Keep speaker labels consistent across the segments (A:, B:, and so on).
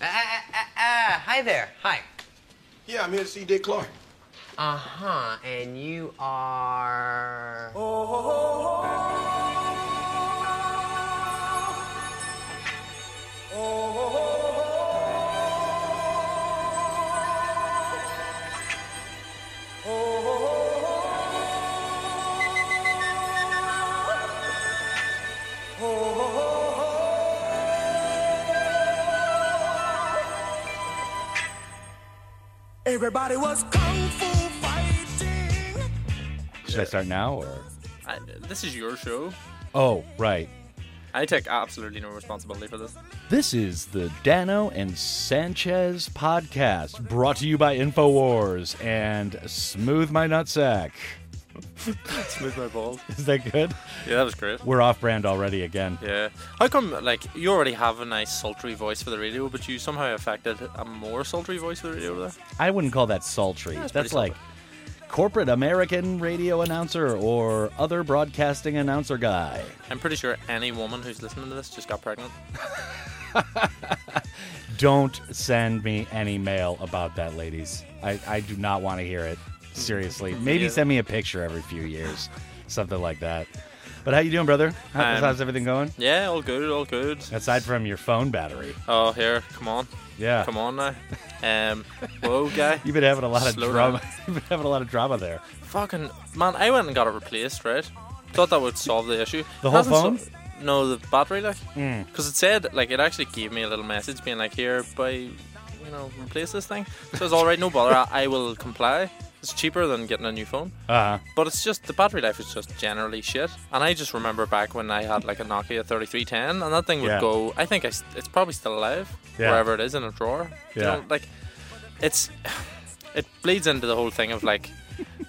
A: Ah, ah, ah, ah, hi there. Hi.
B: Yeah, I'm here to see Dick Clark.
A: Uh huh. And you are.
C: Everybody was kung fu fighting.
D: Should I start now or?
E: I, this is your show.
D: Oh, right.
E: I take absolutely no responsibility for this.
D: This is the Dano and Sanchez podcast, brought to you by Infowars and Smooth My Nutsack.
E: Smooth my balls.
D: Is that good?
E: Yeah, that was great.
D: We're off brand already again.
E: Yeah. How come, like, you already have a nice sultry voice for the radio, but you somehow affected a more sultry voice for the radio there?
D: I wouldn't call that sultry.
E: That's
D: That's,
E: pretty
D: like corporate American radio announcer or other broadcasting announcer guy.
E: I'm pretty sure any woman who's listening to this just got pregnant.
D: Don't send me any mail about that, ladies. I, I do not want to hear it. Seriously. Maybe
E: Yeah.
D: send me a picture every few years, something like that. But how you doing, brother? How,
E: Um,
D: how's everything going?
E: Yeah, all good, all good.
D: Aside from your phone battery.
E: Oh, here, come on.
D: Yeah.
E: Come on now. Um, whoa, guy.
D: You've been having a lot of
E: Slow
D: drama.
E: down.
D: You've been having a lot of drama there.
E: Fucking, man, I went and got it replaced, right? Thought that would solve the issue.
D: The whole
E: Hasn't
D: phone? Hmm.
E: sol- no, the battery, like. Because it said, like, it actually gave me a little message being like, here, by, you know, replace this thing. So it's all right, no bother, I, I will comply. It's cheaper than getting a new phone.
D: Uh huh.
E: But it's just, the battery life is just generally shit. And I just remember back when I had, like, a Nokia 3310, and that thing would
D: Yeah.
E: go, I think I, s- it's probably still alive,
D: Yeah.
E: wherever it is in a drawer. You
D: Yeah.
E: know, like, it's, it bleeds into the whole thing of, like,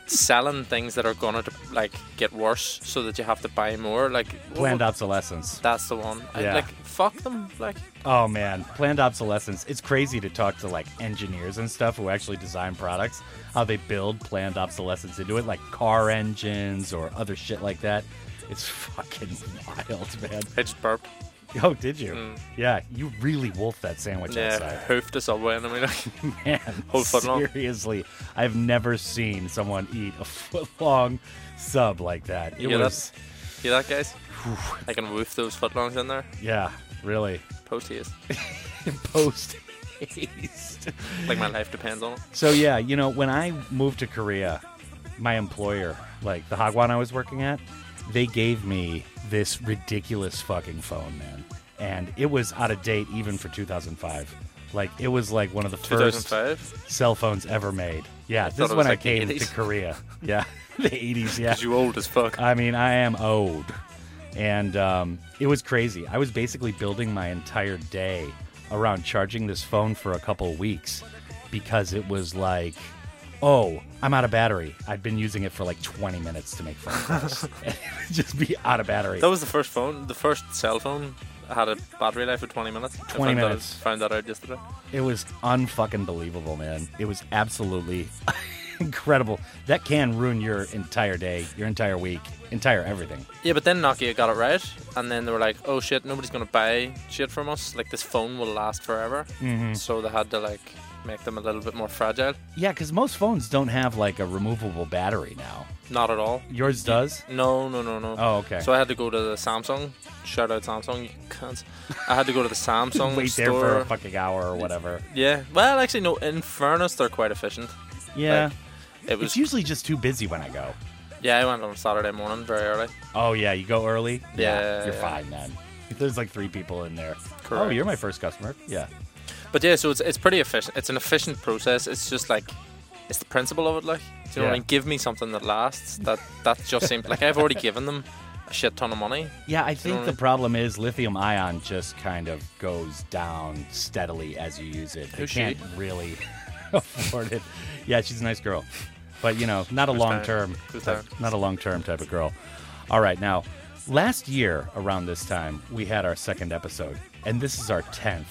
E: selling things that are gonna like get worse so that you have to buy more like
D: Planned
E: what-
D: obsolescence.
E: that's the one. I-
D: Yeah.
E: like, fuck them. Like,
D: Oh man, planned obsolescence. It's crazy to talk to like engineers and stuff who actually design products, how they build planned obsolescence into it, like car engines or other shit like that. It's fucking wild, man.
E: I just burp.
D: Oh, did you? Yeah, you really wolfed that sandwich
E: Mm. Yeah,
D: outside.
E: hoofed a subway, and I mean, like,
D: Man,
E: Whole foot long.
D: seriously, I've never seen someone eat a foot long sub like that. It
E: Yeah,
D: was,
E: hear that, guys? I can woof those footlongs in there.
D: yeah, really
E: Post haste.
D: post haste.
E: Like my life depends on it.
D: So yeah, you know, when I moved to Korea, my employer, like the Hagwon I was working at, they gave me this ridiculous fucking phone, man, and it was out of date even for 2005. Like it was like one of the first
E: 2005.
D: cell phones ever made. Yeah,
E: thought
D: this
E: it
D: is
E: was
D: when I
E: like the
D: came to
E: 80s.
D: Korea. Yeah, the 80s. Yeah,
E: Cause you old as fuck.
D: I mean, I am old. And um, it was crazy. I was basically building my entire day around charging this phone for a couple weeks because it was like, oh, I'm out of battery. I've been using it for like 20 minutes to make phone calls. Just be out of battery.
E: That was the first phone. The first cell phone had a battery life of 20 minutes. I
D: 20
E: found
D: minutes.
E: That, out- found that out yesterday.
D: It was unfucking believable, man. It was absolutely incredible. That can ruin your entire day, your entire week, entire everything.
E: Yeah, but then Nokia got it right, and then they were like, "Oh shit, nobody's gonna buy shit from us. Like this phone will last forever." Mm-hmm. So they had to like make them a little bit more fragile.
D: Yeah, because most phones don't have like a removable battery now.
E: Not at all.
D: Yours does?
E: No, no, no, no.
D: Oh, okay.
E: So I had to go to the Samsung. Shout out Samsung, you cunts. I had to go to the Samsung
D: wait
E: store.
D: there for a fucking hour or whatever.
E: yeah. Well, actually, no. In fairness, they're quite efficient.
D: Yeah.
E: Like, it was.
D: it's usually just too busy when I go.
E: yeah, I went on Saturday morning very early.
D: Oh yeah, you go early.
E: Yeah.
D: you're fine then. There's like three people in there. Oh,
E: Correct.
D: you're my first customer. Yeah.
E: But yeah, so it's it's pretty efficient. It's an efficient process. It's just like it's the principle of it. Like, do you know what I
D: Yeah.
E: mean? Give me something that lasts. That that just seems like I've already given them a shit ton of money.
D: Yeah, I think the
E: Alright.
D: problem is lithium ion just kind of goes down steadily as you use it. You
E: Who's she?
D: can't really afford it. Yeah, she's a nice girl. But you know, not a long
E: that?
D: term
E: Who's
D: type-
E: that?
D: not a long term type of girl. All right, now last year around this time we had our second episode, and this is our tenth.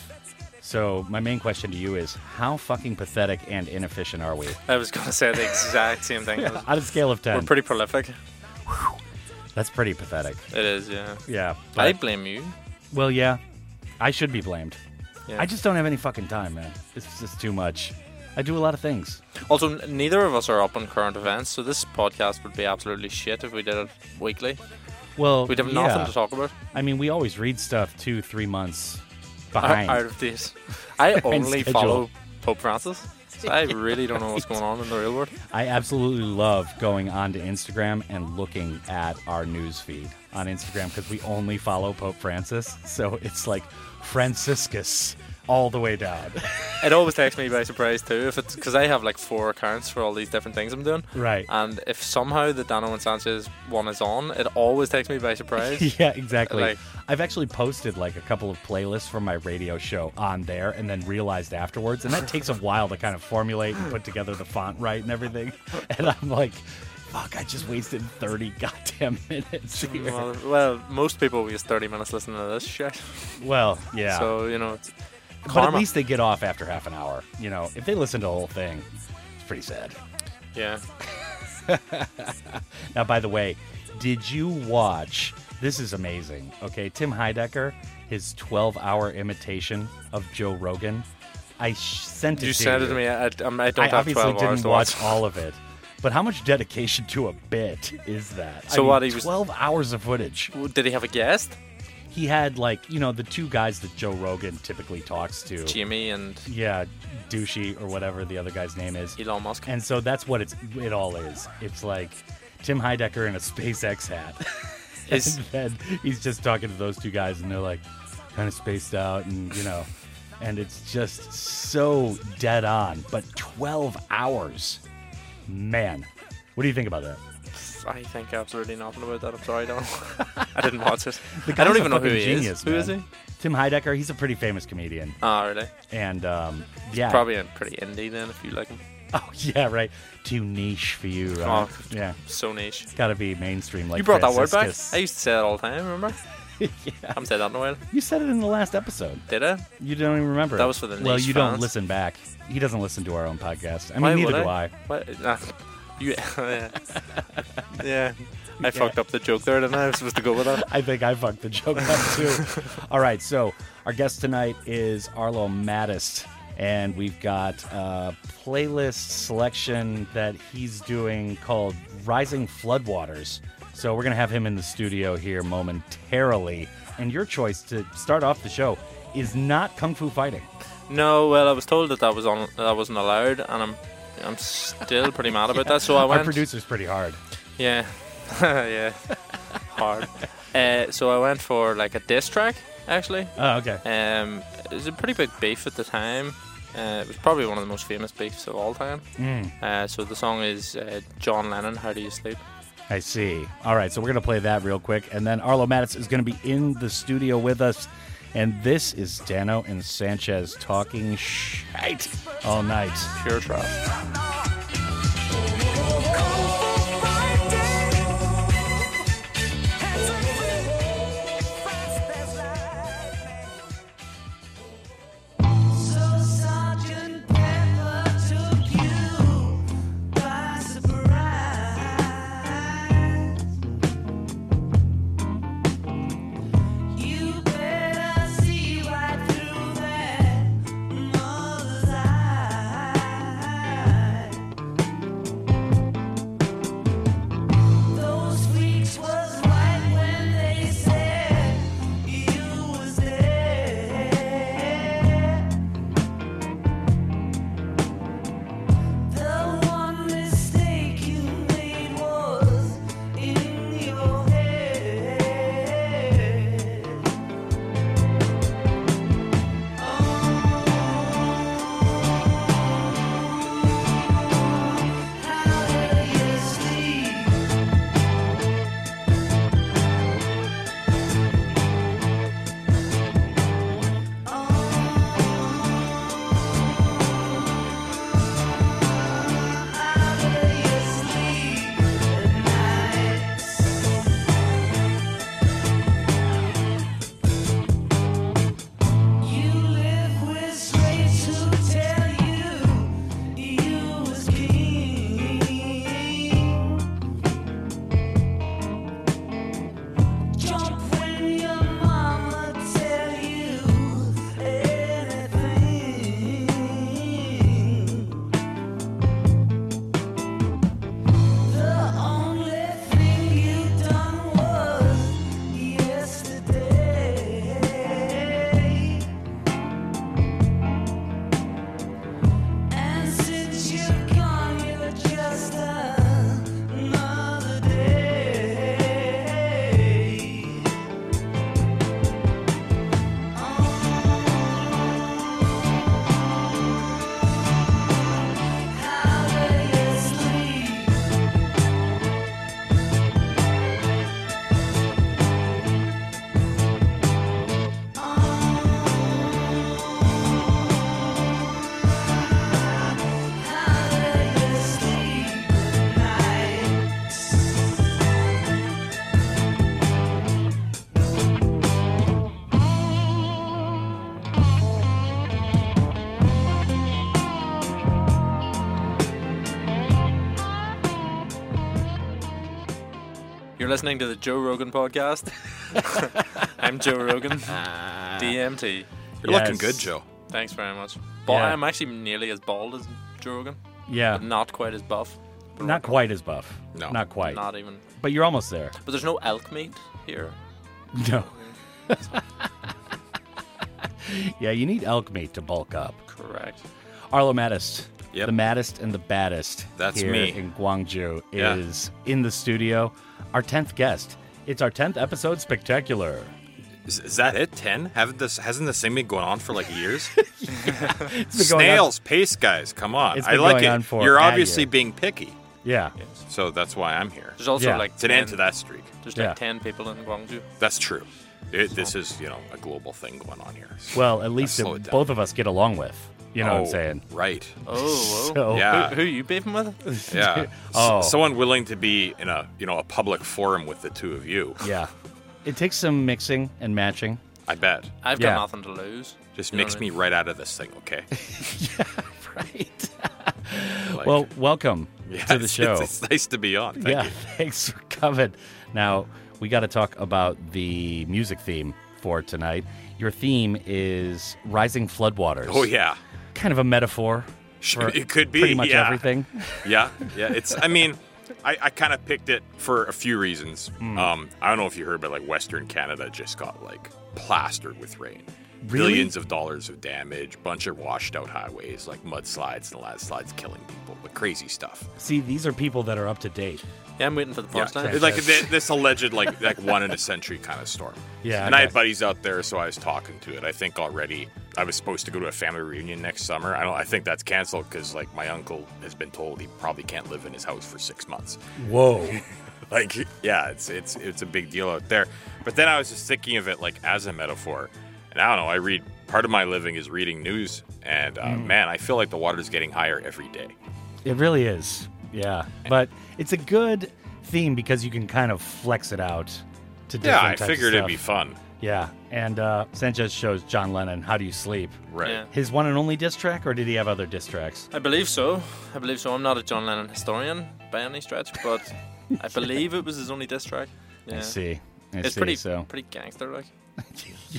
D: So my main question to you is how fucking pathetic and inefficient are we?
E: I was gonna say the exact same thing.
D: On a scale of
E: We're
D: ten.
E: pretty prolific.
D: that's pretty pathetic.
E: It is, yeah.
D: Yeah.
E: I
D: but-
E: blame you.
D: well yeah. I should be blamed.
E: Yeah.
D: I just don't have any fucking time, man. It's just too much. I do a lot of things.
E: Also, n- neither of us are up on current events, so this podcast would be absolutely shit if we did it weekly.
D: Well,
E: We'd have
D: yeah.
E: nothing to talk about.
D: I mean, we always read stuff two, three months
E: I-
D: behind.
E: Out of this, I only
D: schedule.
E: follow Pope Francis. So I really don't know what's going on in the real world.
D: I absolutely love going onto Instagram and looking at our news feed on Instagram because we only follow Pope Francis. So it's like Franciscus all the way down.
E: It always takes me by surprise too, if it's because I have like four accounts for all these different things I'm doing.
D: Right.
E: And if somehow the Dano and Sanchez one is on, it always takes me by surprise.
D: yeah, exactly.
E: Like-
D: I've actually posted like a couple of playlists from my radio show on there and then realized afterwards. And that takes a while to kind of formulate and put together the font right and everything. And I'm like, fuck, I just wasted 30 goddamn minutes here.
E: Well, well, most people waste 30 minutes listening to this shit.
D: Well, yeah.
E: So, you know, it's
D: But
E: karma.
D: at least they get off after half an hour. You know, if they listen to the whole thing, it's pretty sad.
E: yeah.
D: Now, by the way, did you watch? This is amazing. Okay, Tim Heidecker, his 12-hour imitation of Joe Rogan. I sh- sent it.
E: You
D: to
E: sent
D: you.
E: it to me. I, I'm- I don't
D: I
E: have
D: obviously
E: 12 hours
D: didn't
E: to
D: watch,
E: watch.
D: all of it, but how much dedication to a bit is that?
E: So
D: I mean,
E: what, he was-
D: 12 hours of footage.
E: Did he have a guest?
D: He had like you know the two guys that Joe Rogan typically talks to.
E: Jimmy and
D: Yeah, douchey or whatever the other guy's name is.
E: Elon Musk.
D: And so that's what it's it all is. It's like Tim Heidecker in a SpaceX hat.
E: His-
D: and then he's just talking to those two guys and they're like kind of spaced out and you know and it's just so dead on. But 12 hours. Man. What do you think about that?
E: I think absolutely nothing about that. I'm sorry, Donald. I didn't watch it.
D: The
E: I
D: guy's
E: don't
D: a
E: even know who
D: fucking
E: he
D: genius,
E: is. Who is
D: man.
E: he?
D: Tim Heidecker, he's a pretty famous comedian.
E: Ah, really?
D: And um, yeah.
E: Probably in pretty indie then, if you like him.
D: Oh, yeah, right. Too niche for you, right?
E: Oh.
D: Yeah.
E: So niche.
D: It's got to be mainstream. Like
E: you brought that word back.
D: Franciscus.
E: I used to say that all the time. Remember? yeah. I'm saying that in a while.
D: You said it in the last episode.
E: Did I?
D: You don't even remember.
E: That
D: it.
E: was for the
D: Well,
E: niche
D: you don't
E: fans.
D: listen back. He doesn't listen to our own podcast. I mean,
E: Why
D: neither
E: would
D: do I.
E: What? Nah. You, yeah. yeah. I fucked up the joke there, didn't I? I was supposed to go with that.
D: I think I fucked the joke up too. All right, so our guest tonight is Arlo Maddist, and we've got a playlist selection that he's doing called Rising Floodwaters. So we're going to have him in the studio here momentarily. And your choice to start off the show is not Kung Fu Fighting.
E: No, well, I was told that that was on that wasn't allowed, and I'm I'm still pretty mad about that. So I went.
D: Our producer's pretty hard.
E: Yeah, yeah, hard. Uh, so I went for like a diss track actually.
D: Oh, okay.
E: Um, it was a pretty big beef at the time. Uh, it was probably one of the most famous beefs of all time.
D: Mm.
E: Uh, so the song is uh, John Lennon, "How Do You Sleep."
D: I see. All right, so we're going to play that real quick. And then Arlo Mattis is going to be in the studio with us. And this is Dano and Sanchez talking shit all night.
E: Pure trap.
F: Right through that mother's eyes.
E: listening to the Joe Rogan podcast. Ah. I'm Joe Rogan, DMT.
D: You're looking good, Joe.
E: Thanks very much. But
D: Yeah.
E: I'm actually nearly as bald as Joe Rogan,
D: Yeah,
E: but not quite as buff.
D: not quite as buff.
B: No.
D: not quite.
E: Not even.
D: But you're almost there.
E: But there's no elk meat here.
D: No. yeah, you need elk meat to bulk up.
E: Correct.
D: Arlo Mattist,
F: Yep.
D: the maddest and the baddest.
F: That's
D: here
F: me.
D: in Guangzhou
F: Yeah.
D: is in the studio. Our tenth guest. It's our tenth episode. Spectacular.
F: Is, is that it? Ten? Haven't this hasn't this thing been going on for like years?
D: been going on-
F: Snails, pace guys, come on!
D: It's
F: I
D: been
F: like
D: going
F: it.
D: on for
F: You're
D: a
F: obviously
D: year.
F: being picky,
D: Yeah.
F: so that's why I'm here.
E: There's also
D: Yeah.
E: like
F: It's an end to
E: 10
F: that streak.
E: There's
D: Yeah.
E: like ten people in Guangzhou.
F: That's true. It, this is you know a global thing going on here.
D: Well, at least
F: slow
D: it-
F: it down.
D: both of us get along with. You know what I'm
F: Oh,
D: saying?
F: Right.
E: Oh, whoa.
D: So- uh,
F: Yeah.
E: Who, who you beefing with?
F: Yeah.
D: Oh.
F: S- someone willing to be in a you know a public forum with the two of you.
D: Yeah. It takes some mixing and matching.
F: I bet.
E: I've
D: Yeah.
E: got nothing to lose.
F: Just
E: You know
F: mix
E: what I
F: me
E: mean?
F: right out of this thing, okay?
D: Right.
F: Like,
D: Well, welcome
F: yeah,
D: to the
F: it's-
D: show.
F: It's, it's nice to be on. Thank
D: yeah,
F: you.
D: thanks for coming. Now, we got to talk about the music theme for tonight. Your theme is rising floodwaters.
F: Oh yeah.
D: Kind of a metaphor.
F: Sure,
D: for
F: it could be,
D: Pretty much
F: yeah.
D: everything.
F: Yeah, yeah. It's. I mean, I, I kind of picked it for a few reasons. Um, I don't know if you heard, but like Western Canada just got like plastered with rain.
D: Really?
F: Billions of dollars of damage, bunch of washed out highways, like mudslides and landslides killing people, like crazy stuff.
D: See, these are people that are up to date.
E: Yeah, I'm waiting for the
F: Yeah,
E: punchline.
F: like th- this alleged like like one in a century kind of storm.
D: Yeah,
F: and I had
D: okay.
F: buddies out there, so I was talking to it. I think already I was supposed to go to a family reunion next summer. I don't. I think that's canceled because like my uncle has been told he probably can't live in his house for six months.
D: Whoa.
F: Like yeah, it's it's it's a big deal out there. But then I was just thinking of it like as a metaphor, and I don't know. I read part of my living is reading news, and uh,
E: Mm.
F: man, I feel like the water's getting higher every day.
D: It really is. Yeah. But it's a good theme because you can kind of flex it out to different
F: Yeah, I
D: types of
F: figured it'd be
D: stuff.
F: fun.
D: Yeah. And uh, Sanchez shows John Lennon How Do You Sleep?
F: Right.
E: Yeah.
D: His one and only diss track, or did he have other diss tracks?
E: I believe so. I believe so. I'm not a John Lennon historian by any stretch, but I believe it was his only diss track. Yeah.
D: I see. I
E: It's
D: see.
E: pretty
D: so.
E: pretty gangster like.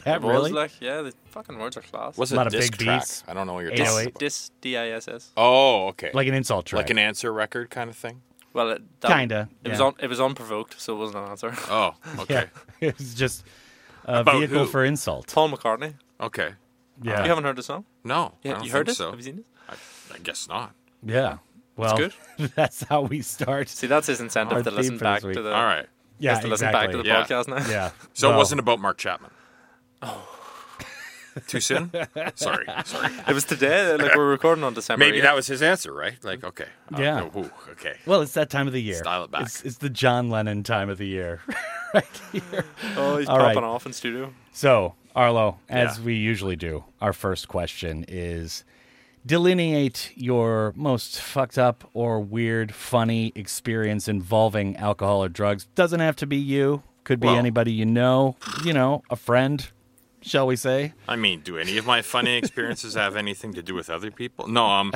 D: yeah,
E: It was,
D: really?
E: like yeah, the fucking words are class.
F: Was
D: A
F: it
D: lot of
F: disc
D: big
F: track?
D: beats.
F: I don't know what you're
D: 808.
F: talking
E: dis
F: about.
E: dis D I S S?
F: Oh, okay.
D: Like an insult track.
F: oh Like an answer record kind of thing.
E: Well, it, that,
D: Kinda,
E: It was
D: yeah.
E: on. It was unprovoked, so it wasn't an answer.
F: Oh, okay,
D: Yeah. it's just a
F: About
D: vehicle
F: who?
D: for insult.
E: Paul McCartney.
F: okay.
D: Yeah.
E: You haven't heard the song?
F: No, I
E: Yeah,
F: don't
E: you heard
F: think
E: it?
F: So
E: Have you seen it?
F: I, I guess not.
D: Yeah. Well,
E: good.
D: that's how we start.
E: See, that's his
D: Our
E: incentive to
D: theme
E: listen
D: for this
E: back to
D: week.
E: the.
F: All right.
D: yeah,
E: To
D: exactly.
E: listen back to the
F: Yeah.
E: podcast now.
D: yeah.
F: So
D: Well,
F: it wasn't about Mark Chapman. Oh. Too soon? sorry, sorry.
E: It was today. Like we're recording on December.
F: Maybe
E: 8th.
F: that was his answer, right? Like, okay. Uh,
D: Yeah.
F: no, whew, okay.
D: Well, it's that time of the year.
F: Style it back.
D: It's, it's the John Lennon time of the year.
E: Oh, he's
D: All right.
E: popping off in studio.
D: So, Arlo, as
F: Yeah.
D: we usually do, our first question is delineate your most fucked up or weird, funny experience involving alcohol or drugs. Doesn't have to be you, could be
F: Well-
D: anybody you know, you know, a friend, shall we say.
F: I mean, do any of my funny experiences have anything to do with other people? No, um,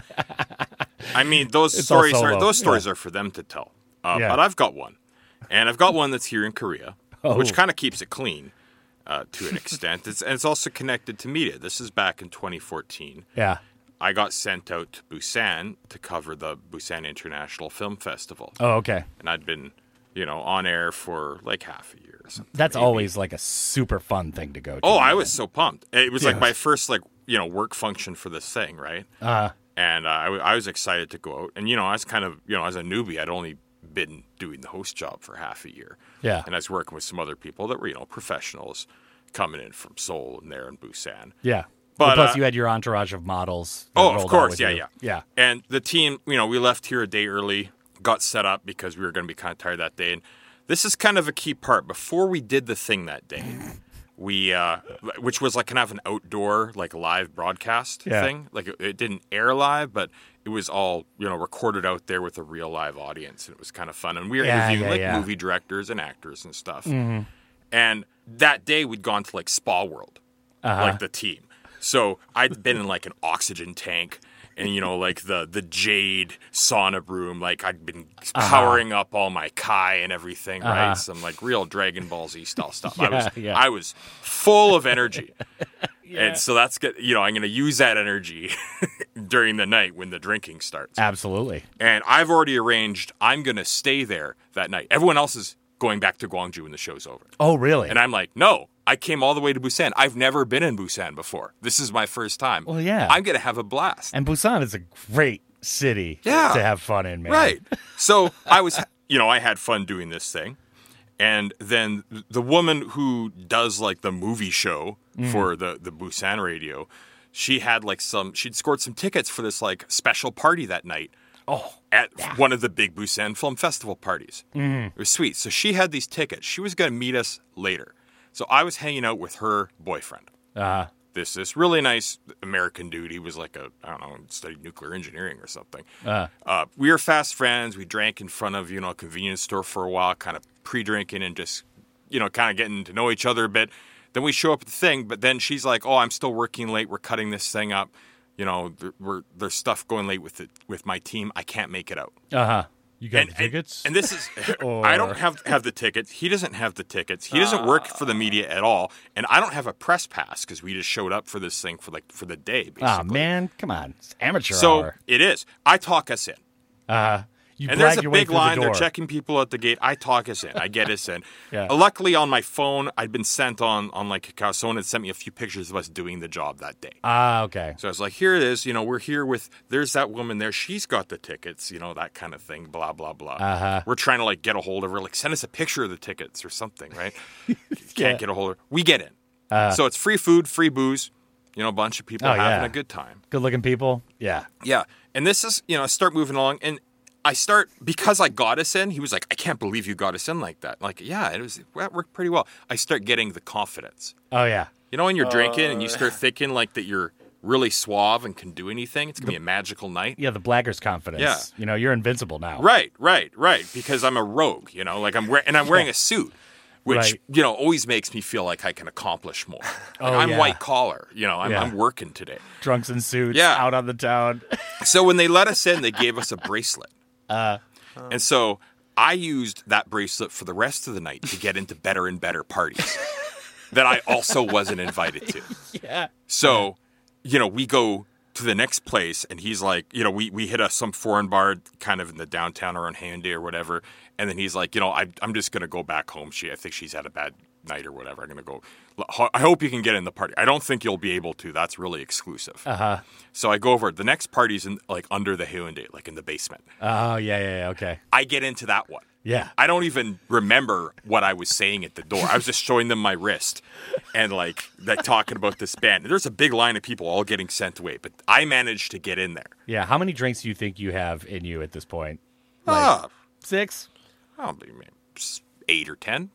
F: I mean those
D: It's all
F: stories are
D: solo,
F: those stories
D: yeah.
F: are for them to tell. Uh,
D: Yeah.
F: But I've got one, and I've got one that's here in Korea,
D: Oh.
F: which kind of keeps it clean uh, to an extent. it's, and it's also connected to media. This is back in 2014.
D: Yeah.
F: I got sent out to Busan to cover the Busan International Film Festival,
D: Oh, okay.
F: and I'd been, you know, on air for like half a year or something.
D: That's
F: maybe.
D: always like a super fun thing to go to.
F: Oh, I was so pumped. It was like
D: Yeah.
F: my first like you know work function for this thing, right? Uh, and uh, I, w- I was excited to go out, and you know I was kind of you know as a newbie, I'd only been doing the host job for half a year.
D: Yeah.
F: and I was working with some other people that were you know professionals coming in from Seoul and there in Busan.
D: Yeah.
F: But,
D: Plus,
F: uh,
D: you had your entourage of models. that
F: Oh,
D: rolled
F: of
D: out
F: course,
D: with
F: yeah,
D: you.
F: yeah,
D: Yeah.
F: And the team, you know, we left here a day early, got set up because we were going to be kind of tired that day. And this is kind of a key part. Before we did the thing that day, we, uh, which was like kind of an outdoor, like live broadcast
D: Yeah.
F: thing. Like it, it didn't air live, but it was all you know recorded out there with a real live audience, and it was kind of fun. And we were
D: Yeah,
F: interviewing
D: yeah,
F: like
D: yeah. Mm-hmm.
F: movie directors and actors and stuff. And that day we'd gone
D: Uh-huh.
F: to like Spa World, like the team. So I'd been in like an oxygen tank and you know like the the jade sauna room. Like I'd been
D: Uh-huh.
F: powering up all my kai and everything, right? Some like real Dragon Ball Z style stuff. I was
D: Yeah, yeah.
F: I was full of energy, and so that's good. You know, I'm gonna use that energy during the night when the drinking starts.
D: Absolutely.
F: And I've already arranged. I'm gonna stay there that night. Everyone else is going back to Guangzhou when the show's over.
D: Oh, really?
F: And I'm like, no, I came all the way to Busan. I've never been in Busan before. This is my first time.
D: Well, yeah.
F: I'm going to have a blast.
D: and Busan is a great city
F: Yeah.
D: to have fun in, man.
F: right. So I was, you know, I had fun doing this thing. And then the woman who does like the movie show
D: Mm.
F: for the, the Busan radio, she had like some, she'd scored some tickets for this like special party that night. Oh, at one of the big Busan Film Festival parties.
D: Mm.
F: It was sweet. So she had these tickets. She was going to meet us later. So I was hanging out with her boyfriend.
D: Uh,
F: this this really nice American dude. He was like a I don't know studied nuclear engineering or something. Uh, we were fast friends. We drank in front of you know a convenience store for a while, kind of pre-drinking and just you know kind of getting to know each other a bit. Then we show up at the thing, but then she's like, "Oh, I'm still working late. We're cutting this thing up. You know, there, we're, there's stuff going late with it with my team. I can't make it out."
D: huh. You got the tickets?
F: And, this is I don't have have the tickets. He doesn't have the tickets. He doesn't work for the
D: Ah.
F: media at all, and I don't have a press pass because we just showed up for this thing for like for the day. Basically.
D: Ah, man, come on. It's amateur
F: So
D: hour.
F: it is. I talk us in,
D: You
F: and
D: brag
F: there's a
D: your way
F: big
D: through the
F: line. They're
D: door.
F: checking people at the gate. I talk us in. I get us in. Uh,
D: Yeah.
F: Luckily, on my phone, I'd been sent on on like Kakao. Someone had sent me a few pictures of us doing the job that day.
D: Ah, okay.
F: So I was like, here it is. You know, we're here with, there's that woman there. She's got the tickets, you know, that kind of thing, blah, blah, blah. Uh-huh. We're trying to like get a hold of her, like send us a picture of the tickets or something, right? Can't get a hold of her. We get in. so it's free food, free booze, you know, a bunch of people
D: Uh-huh. Oh,
F: having
D: yeah.
F: a good time.
D: Good looking people. Yeah.
F: Yeah. And this is, you know, I start moving along and I start because I got us in, he was like, I can't believe you got us in like that. Like, yeah, it was that worked pretty well. I start getting the confidence.
D: Oh, yeah.
F: You know, when you're drinking
D: Uh.
F: and you start thinking like that you're really suave and can do anything, it's gonna be a magical night.
D: Yeah, the blacker's confidence.
F: Yeah.
D: You know, you're invincible now.
F: Right, right, right. Because I'm a rogue, you know, like I'm wearing and I'm wearing a suit, which
D: Right.
F: you know always makes me feel like I can accomplish more. Like,
D: Oh,
F: I'm
D: yeah.
F: white collar, you know, I'm,
D: Yeah.
F: I'm working today.
D: Drunks in suits,
F: Yeah.
D: out on the town.
F: So when they let us in, they gave us a bracelet, uh, and so I used that bracelet for the rest of the night to get into better and better parties that I also wasn't invited to.
D: yeah.
F: So, you know, we go to the next place, and he's like, you know, we, we hit a, some foreign bar kind of in the downtown around Handy or whatever. And then he's like, you know, I, I'm just going to go back home. She, I think she's had a bad night or whatever. I'm going to go. "Ho- I hope you can get in the party. I don't think you'll be able to. That's really exclusive. Uh huh. So I go over. The next party's in like under the Hyundai, like in the basement.
D: Oh, yeah, yeah, yeah. Okay.
F: I get into that one.
D: Yeah.
F: I don't even remember what I was saying at the door. I was just showing them my wrist and like that talking about this band. And there's a big line of people all getting sent away, but I managed to get in there.
D: Yeah. How many drinks do you think you have in you at this point?
F: Ah,
D: Six?
F: I'll be man, s- eight or ten,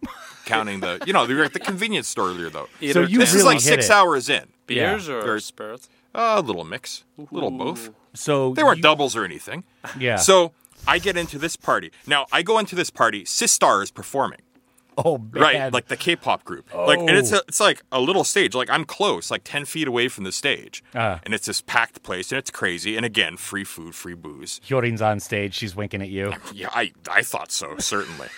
F: counting the you know they were at the convenience store earlier though.
E: Eight
D: So
E: or
D: you
E: ten
F: This is
D: really
F: like
D: hit
F: six
D: it.
F: hours in.
E: beers
D: Yeah.
E: or
F: There's-
E: spirits?
F: A little mix, a little both.
D: So
F: They weren't
D: you-
F: doubles or anything.
D: Yeah.
F: So I get into this party. Now I go into this party. Sistar is performing.
D: oh, man.
F: Right, like the K-pop group. Like, and it's a, it's like a little stage. Like I'm close, like ten feet away from the stage,
D: Ah.
F: and it's this packed place, and it's crazy. And again, free food, free booze.
D: Hyorin's on stage. She's winking at you.
F: Yeah, I I thought so certainly.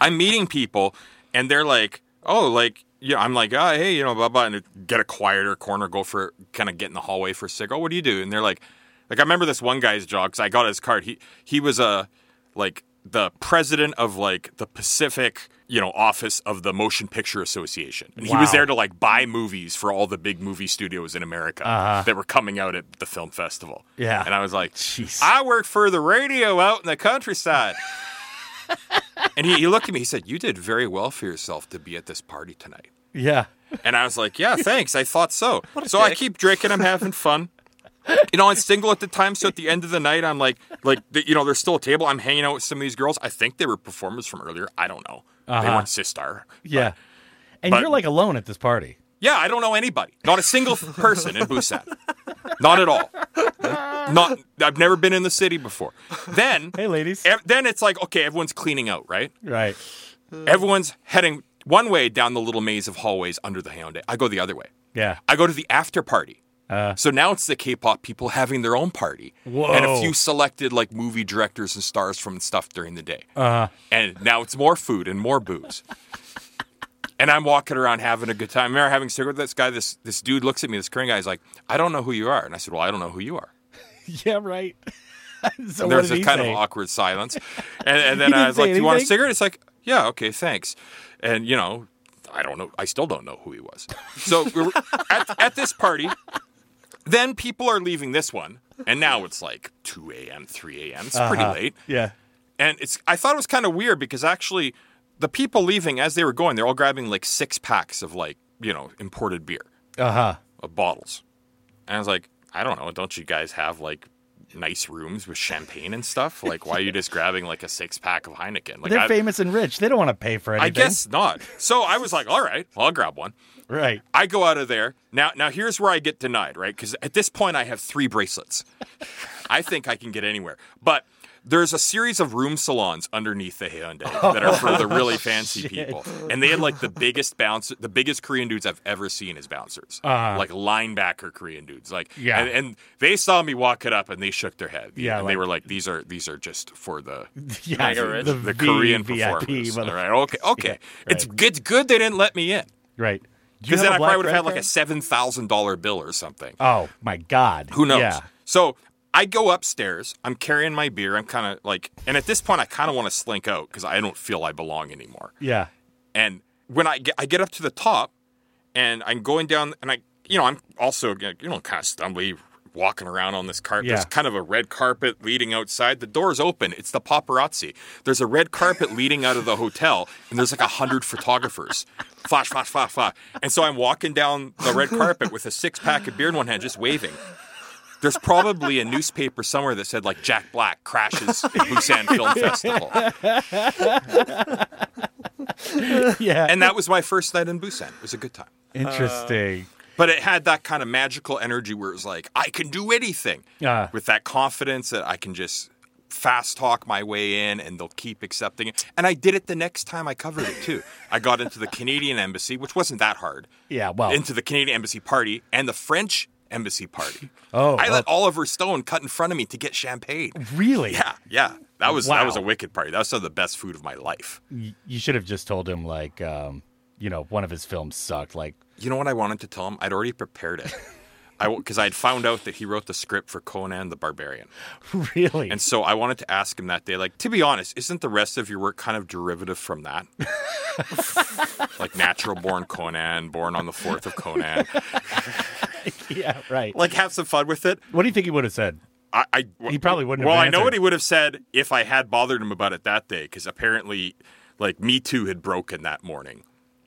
F: I'm meeting people, and they're like, oh, like yeah. I'm like, ah, hey, you know, blah blah, and it- get a quieter corner, go for kind of get in the hallway for a cig. Oh, what do you do? And they're like, like I remember this one guy's job because I got his card. He he was a like the president of like the Pacific, you know, office of the Motion Picture Association. And he was
D: Wow.
F: there to like buy movies for all the big movie studios in America that were coming out at the film festival.
D: Uh-huh. Yeah.
F: And I was like,
D: Jeez.
F: I work for the radio out in the countryside. and he, he looked at me, he said, You did very well for yourself to be at this party tonight.
D: Yeah.
F: And I was like, Yeah, thanks. I thought so. So I
E: dick.
F: keep drinking, I'm having fun. You know, I'm single at the time, so at the end of the night, I'm like, like th- you know, there's still a table. I'm hanging out with some of these girls. I think they were performers from earlier. I don't know. They
D: Uh-huh.
F: weren't Sistar.
D: Yeah. And
F: but-
D: you're like alone at this party.
F: Yeah, I don't know anybody. Not a single person in Busan. Not at all. Not. I've never been in the city before. Then,
D: Hey, ladies.
F: ev- then it's like okay, everyone's cleaning out, right?
D: Right.
F: Everyone's heading one way down the little maze of hallways under the Hyundai. I go the other way.
D: Yeah.
F: I go to the after party. so now it's the K-pop people having their own party, and a
D: Whoa.
F: few selected like movie directors and stars from stuff during the day. Uh-huh. And now it's more food and more booze. And I'm walking around having a good time. I remember having a cigarette. This guy, this this dude, looks at me. This Korean guy's like, "I don't know who you are," and I said, "Well, I don't know who you are."
D: Yeah, right. so
F: And
D: what
F: there's
D: did
F: this
D: he
F: kind
D: say?
F: of awkward silence. And, and then
D: He
F: I
D: didn't
F: was like,
D: say
F: Do you want a
D: anything?
F: cigarette? It's like, Yeah, okay, thanks. And, you know, I don't know. I still don't know who he was. So we were at, at this party, then people are leaving this one. And now it's like 2 a.m., 3 a.m. It's pretty
D: Uh-huh.
F: late.
D: Yeah.
F: And it's I thought it was kind of weird because actually the people leaving as they were going, they're all grabbing like six packs of like, you know, imported beer
D: Uh huh.
F: of bottles. And I was like, I don't know, don't you guys have like nice rooms with champagne and stuff? Like why are you just grabbing like a six pack of Heineken? Like
D: They're
F: I,
D: famous and rich. They don't want to pay for anything.
F: I guess not. So I was like, all right, well, I'll grab one.
D: Right.
F: I go out of there. Now now here's where I get denied, right? Because at this point I have three bracelets. I think I can get anywhere. But there's a series of room salons underneath the
D: Oh,
F: Hyundai that are for the really fancy people. And they had like the biggest bouncer the biggest Korean dudes I've ever seen as bouncers. Like linebacker Korean dudes. Like
D: Uh-huh. Yeah.
F: and, and they saw me walk it up and they shook their head.
D: Yeah,
F: And
D: like-
F: they were like, These are these are just for the
D: Yeah.
E: Mega rich.
D: The,
F: the
D: V-
F: Korean
D: VIP
F: performers.
D: mother-
F: All right, okay, okay. It's good good they didn't let me in.
D: Right. Do you
F: Because
D: have
F: then
D: a
F: I
D: black
F: probably would have
D: credit
F: had like a
D: card?
F: seven thousand dollar bill or something.
D: Oh my God.
F: Who knows?
D: Yeah.
F: So I go upstairs. I'm carrying my beer. I'm kind of like, and at this point, I kind of want to slink out because I don't feel I belong anymore.
D: Yeah.
F: And when I get, I get up to the top, and I'm going down, and I, you know, I'm also, you know, kind of stumbly walking around on this carpet.
D: Yeah.
F: There's kind of a red carpet leading outside. The door's open. It's the paparazzi. There's a red carpet leading out of the hotel, and there's like a hundred photographers. Flash, flash, flash, flash. And so I'm walking down the red carpet with a six pack of beer in one hand, just waving. There's probably a newspaper somewhere that said like Jack Black crashes at Busan Film Festival,
D: Yeah.
F: and that was my first night in Busan. It was a good time.
D: Interesting.
F: But it had that kind of magical energy where it was like, I can do anything.
D: Yeah.
F: With that confidence that I can just fast talk my way in and they'll keep accepting it. And I did it the next time I covered it too. I got into the Canadian embassy, which wasn't that hard.
D: yeah. Well.
F: Into the Canadian embassy party and the French embassy party.
D: Oh,
F: I
D: well-
F: let Oliver Stone cut in front of me to get champagne.
D: really?
F: Yeah, yeah. That was that was
D: Wow.
F: a wicked party. That was some of the best food of my life.
D: Y- You should have just told him like, um, you know, one of his films sucked. Like,
F: You know what I wanted to tell him? I'd already prepared it. I because I'd found out that he wrote the script for Conan the Barbarian.
D: really?
F: And so I wanted to ask him that day, like, to be honest, isn't the rest of your work kind of derivative from that? like natural born Conan, born on the fourth of Conan.
D: yeah. Right.
F: Like, have some fun with it.
D: what do you think he would have said?
F: I, I
D: He probably wouldn't have
F: Well, I know
D: answered.
F: what he would have said if I had bothered him about it that day, because apparently, like, Me Too had broken that morning.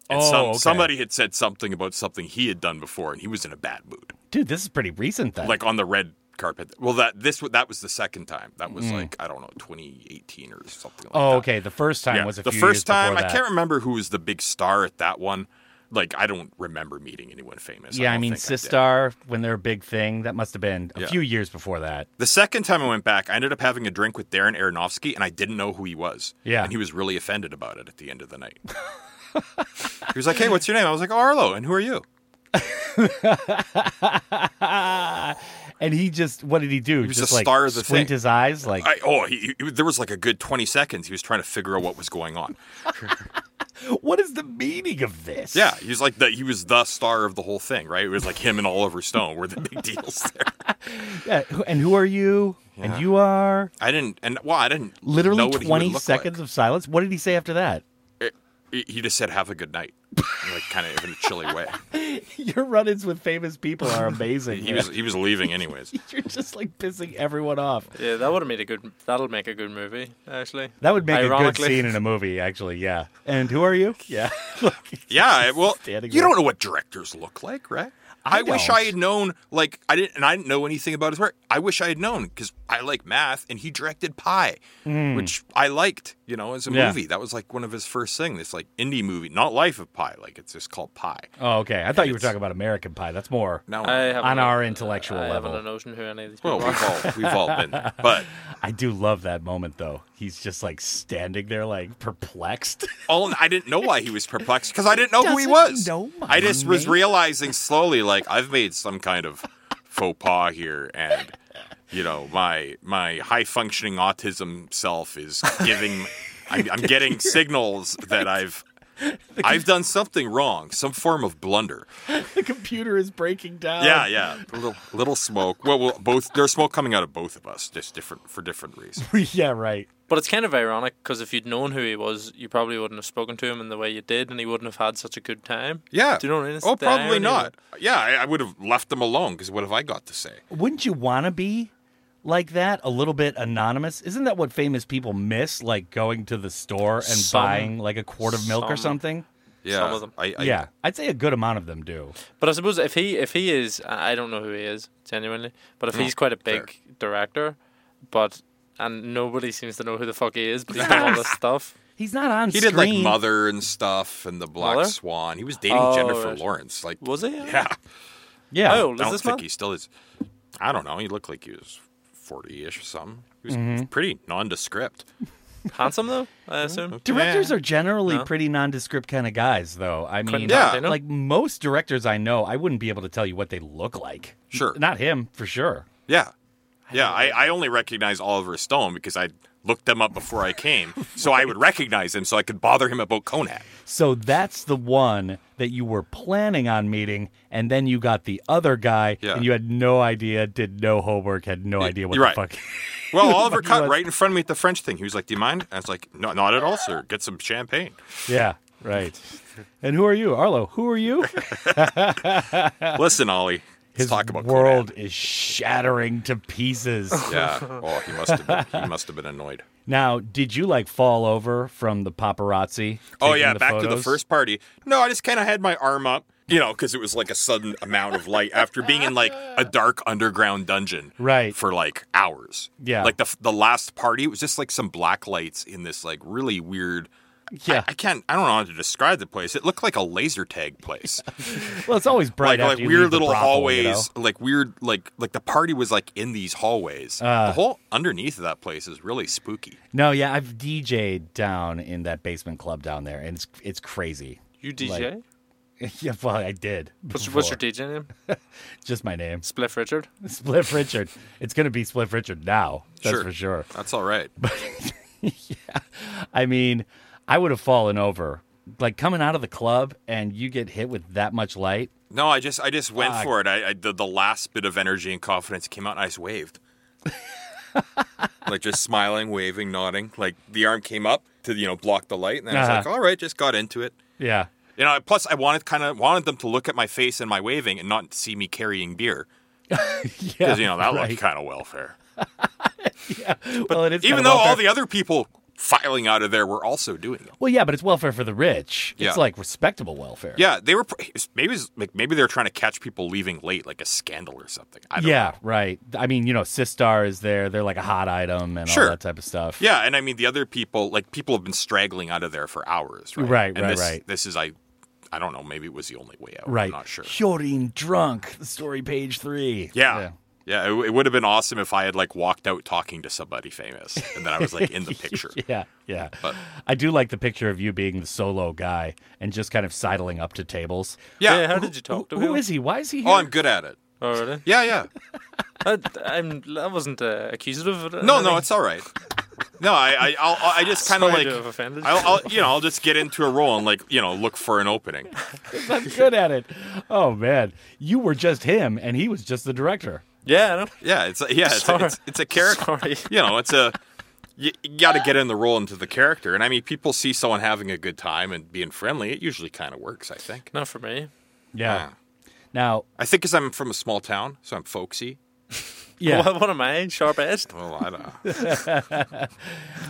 F: And
D: Oh,
F: some,
D: okay.
F: somebody had said something about something he had done before, and he was in a bad mood.
D: Dude, this is pretty recent then.
F: like on the red carpet. Well, that this wa- that was the second time. That was like I don't know, 2018 or something. like
D: Mm. oh,
F: that.
D: okay. The first time was a
F: the
D: few years
F: first time.
D: before
F: I
D: that.
F: can't remember who was the big star at that one. Like I don't remember meeting anyone famous.
D: Yeah, I,
F: don't
D: mean,
F: think did.
D: Sistar when they're a big thing. That must have been a
F: Yeah.
D: few years before that.
F: The second time I went back, I ended up having a drink with Darren Aronofsky, and I didn't know who he was.
D: Yeah.
F: and he was really offended about it at the end of the night. he was like, "Hey, what's your name?" I was like, oh, "Arlo." And who are you?
D: And he just, what did he do?
F: was
D: just
F: the
D: like
F: star of the
D: squint
F: thing.
D: his eyes, like
F: I, oh, he, he, there was like a good 20 seconds. He was trying to figure out what was going on.
D: what is the meaning of this?
F: Yeah, he was like the he was the star of the whole thing, right? It was like him and Oliver Stone were the big deals there.
D: yeah. who- And who are you? And you are
F: I didn't, and well, I didn't know
D: literally
F: what he would
D: twenty
F: look
D: seconds of silence. What did he say after that?
F: Like. It- he just said, "Have a good night," like kind of in a chilly way.
D: Your run-ins with famous people are amazing.
F: He
D: man.
F: was he was leaving anyways.
D: You're just like pissing everyone off.
E: Yeah, that would have made a good. That'll make a good movie, actually.
D: That would make
E: Ironically.
D: a good scene in a movie, actually. Yeah. And who are you? Yeah.
F: Yeah, I- well, you
D: standing there.
F: don't know what directors look like, right?
D: I
F: I, wish
D: don't.
F: I had known. Like I didn't, and I didn't know anything about his work. I wish I had known because I like math, and he directed Pi, which I liked. You know, as a
D: Hmm. Yeah.
F: movie, that was like one of his first thing. This like indie movie, not Life of Pi, like it's just called Pi.
D: oh, okay. I thought you were
F: it's-
D: talking about American Pie. That's more.
F: No,
E: I haven't
D: On
E: a-
D: our intellectual
E: I
D: level.
E: haven't a notion who any of these
F: Well,
E: people
F: we've
E: are.
F: all we've all been there, but
D: I do love that moment though. He's just like standing there, like perplexed.
F: all I didn't know why he was perplexed because I didn't know who he
D: Doesn't
F: was.
D: know my
F: I just was
D: name.
F: realizing slowly, like I've made some kind of faux pas here, and you know my my high functioning autism self is giving. I'm, I'm getting signals that I've I've done something wrong, some form of blunder.
D: The computer is breaking down.
F: Yeah, yeah. A little, little smoke. Well, well, both there's smoke coming out of both of us, just different for different reasons.
D: yeah, right.
E: But it's kind of ironic because if you'd known who he was, you probably wouldn't have spoken to him in the way you did, and he wouldn't have had such a good time.
F: Yeah.
E: Do you know what I mean? It's
F: Oh,
E: the
F: probably
E: irony
F: not.
E: that-
F: Yeah, I, I would have left them alone because what have I got to say?
D: Wouldn't you want to be like that? A little bit anonymous? Isn't that what famous people miss? Like going to the store and
E: Some-
D: buying like a quart of milk or
E: some-
D: something?
F: Yeah,
E: Some of them.
F: I, I,
D: yeah. I'd say a good amount of them do.
E: But I suppose if he if he is, I I don't know who he is genuinely, but if he's quite a big director, but and nobody seems to know who the fuck he is, but he's done all this stuff.
D: He's not on
F: He
D: screen.
F: did like Mother and stuff and the Black
E: Mother?
F: Swan. He was dating
E: Oh,
F: Jennifer
E: right.
F: Lawrence. Like,
E: Was he?
F: Yeah.
D: Yeah.
E: How old
F: I
E: is
F: don't
E: this
F: think
E: man?
F: he still is. I don't know. He looked like he was forty-ish or something. He was pretty nondescript.
E: Handsome though, I assume.
D: Directors
F: Yeah.
D: are generally pretty nondescript kind of guys, though. I mean,
E: Quentin
F: Yeah.
E: Tarantino?
D: like most directors I know, I wouldn't be able to tell you what they look like.
F: Sure.
D: Not him, for sure.
F: Yeah. Yeah, I, I only recognize Oliver Stone because I looked them up before I came, so I would recognize him so I could bother him about Conat.
D: So that's the one that you were planning on meeting, and then you got the other guy,
F: Yeah.
D: and you had no idea, did no homework, had no idea what
F: you're
D: the
F: right.
D: fuck.
F: Well, Oliver cut
D: was-
F: right in front of me at the French thing. He was like, "Do you mind?" I was like, "No, not at all, sir. Get some champagne."
D: yeah, right. And who are you, Arlo? Who are you?
F: Listen, Ollie,
D: His
F: let's talk about
D: world is shattering to pieces.
F: Conan. Yeah. Oh, he must have been, he must have been annoyed.
D: now, did you like fall over from the paparazzi?
F: Oh
D: taking
F: yeah,
D: the
F: back to the
D: photos?
F: first party. No, I just kind of had my arm up, you know, because it was like a sudden amount of light after being in like a dark underground dungeon,
D: Right.
F: for like hours.
D: Yeah.
F: like the f- the last party, it was just like some black lights in this like really weird.
D: Yeah.
F: I, I can't. I don't know how to describe the place. It looked like a laser tag place,
D: Well, it's always bright.
F: like like
D: after you
F: weird
D: leave the
F: little
D: brothel,
F: hallways,
D: you know?
F: like weird like like the party was like in these hallways.
D: Uh.
F: the whole underneath of that place is really spooky.
D: No, yeah, I've DJ'd down in that basement club down there, and it's it's crazy.
E: You DJ?
D: Like, yeah, well, I did.
E: what's, what's your
D: before.
E: DJ name?
D: Just my name,
E: Spliff Richard.
D: Spliff Richard. It's gonna be Spliff Richard now. That's
F: Sure.
D: for sure.
F: That's all right.
D: I mean, I would have fallen over, like coming out of the club, and you get hit with that much light.
F: No, I just I just went
D: Fuck.
F: for it. I, I the, the last bit of energy and confidence came out, and I just waved, like just smiling, waving, nodding. Like the arm came up to you know block the light, and then I was
D: Uh-huh.
F: like, all right, just got into it.
D: Yeah,
F: You know, plus I wanted kind of wanted them to look at my face and my waving and not see me carrying beer
D: yeah.
F: because you know that
D: right.
F: looked kind of welfare.
D: well, it is
F: Even
D: kinda
F: though
D: welfare-
F: all the other people filing out of there were also doing it.
D: well, yeah, but it's welfare for the rich.
F: Yeah.
D: It's like respectable welfare.
F: Yeah, they were pr- maybe it was- like maybe they were trying to catch people leaving late, like a scandal or something. I don't
D: Yeah, right. I mean, you know, Sistar is there. They're like a hot item and
F: Sure.
D: all that type of stuff.
F: Yeah, and I mean the other people, like people have been straggling out of there for hours, right?
D: Right,
F: and
D: right,
F: this,
D: right.
F: This is I, I don't know. Maybe it was the only way out.
D: Right.
F: I'm not sure.
D: Hyorin drunk. The story page three.
F: Yeah, yeah. it, w- it would have been awesome if I had like walked out talking to somebody famous, and then I was like in the picture.
D: Yeah. Yeah.
F: But-
D: I do like the picture of you being the solo guy and just kind of sidling up to tables.
F: Yeah.
E: how did you talk to
D: Who-
E: him?
D: who is he? Why is he here?
F: Oh, I'm good at it.
E: Oh, really?
F: Yeah, yeah.
E: I, I'm, that wasn't uh, accusative. or
F: No, no,
E: anything.
F: it's all right. No, I, I, I'll, I'll- I just kind of
E: Sorry
F: like,
E: to have offended you.
F: I'll, I'll, you know, I'll just get into a role and like, you know, look for an opening.
D: I'm good at it. Oh man, you were just him, and he was just the director.
E: Yeah, I know.
F: Yeah, it's yeah, it's,
E: Sorry.
F: it's, it's a character.
E: Sorry.
F: You know, it's a you, got to get in the role into the character. And I mean, people see someone having a good time and being friendly. It usually kind of works, I think.
E: Not for me.
D: Yeah. Now,
F: I think because I'm from a small town, so I'm folksy.
D: yeah,
E: What, what am I? Sharp edged?
F: Well, I don't.
D: a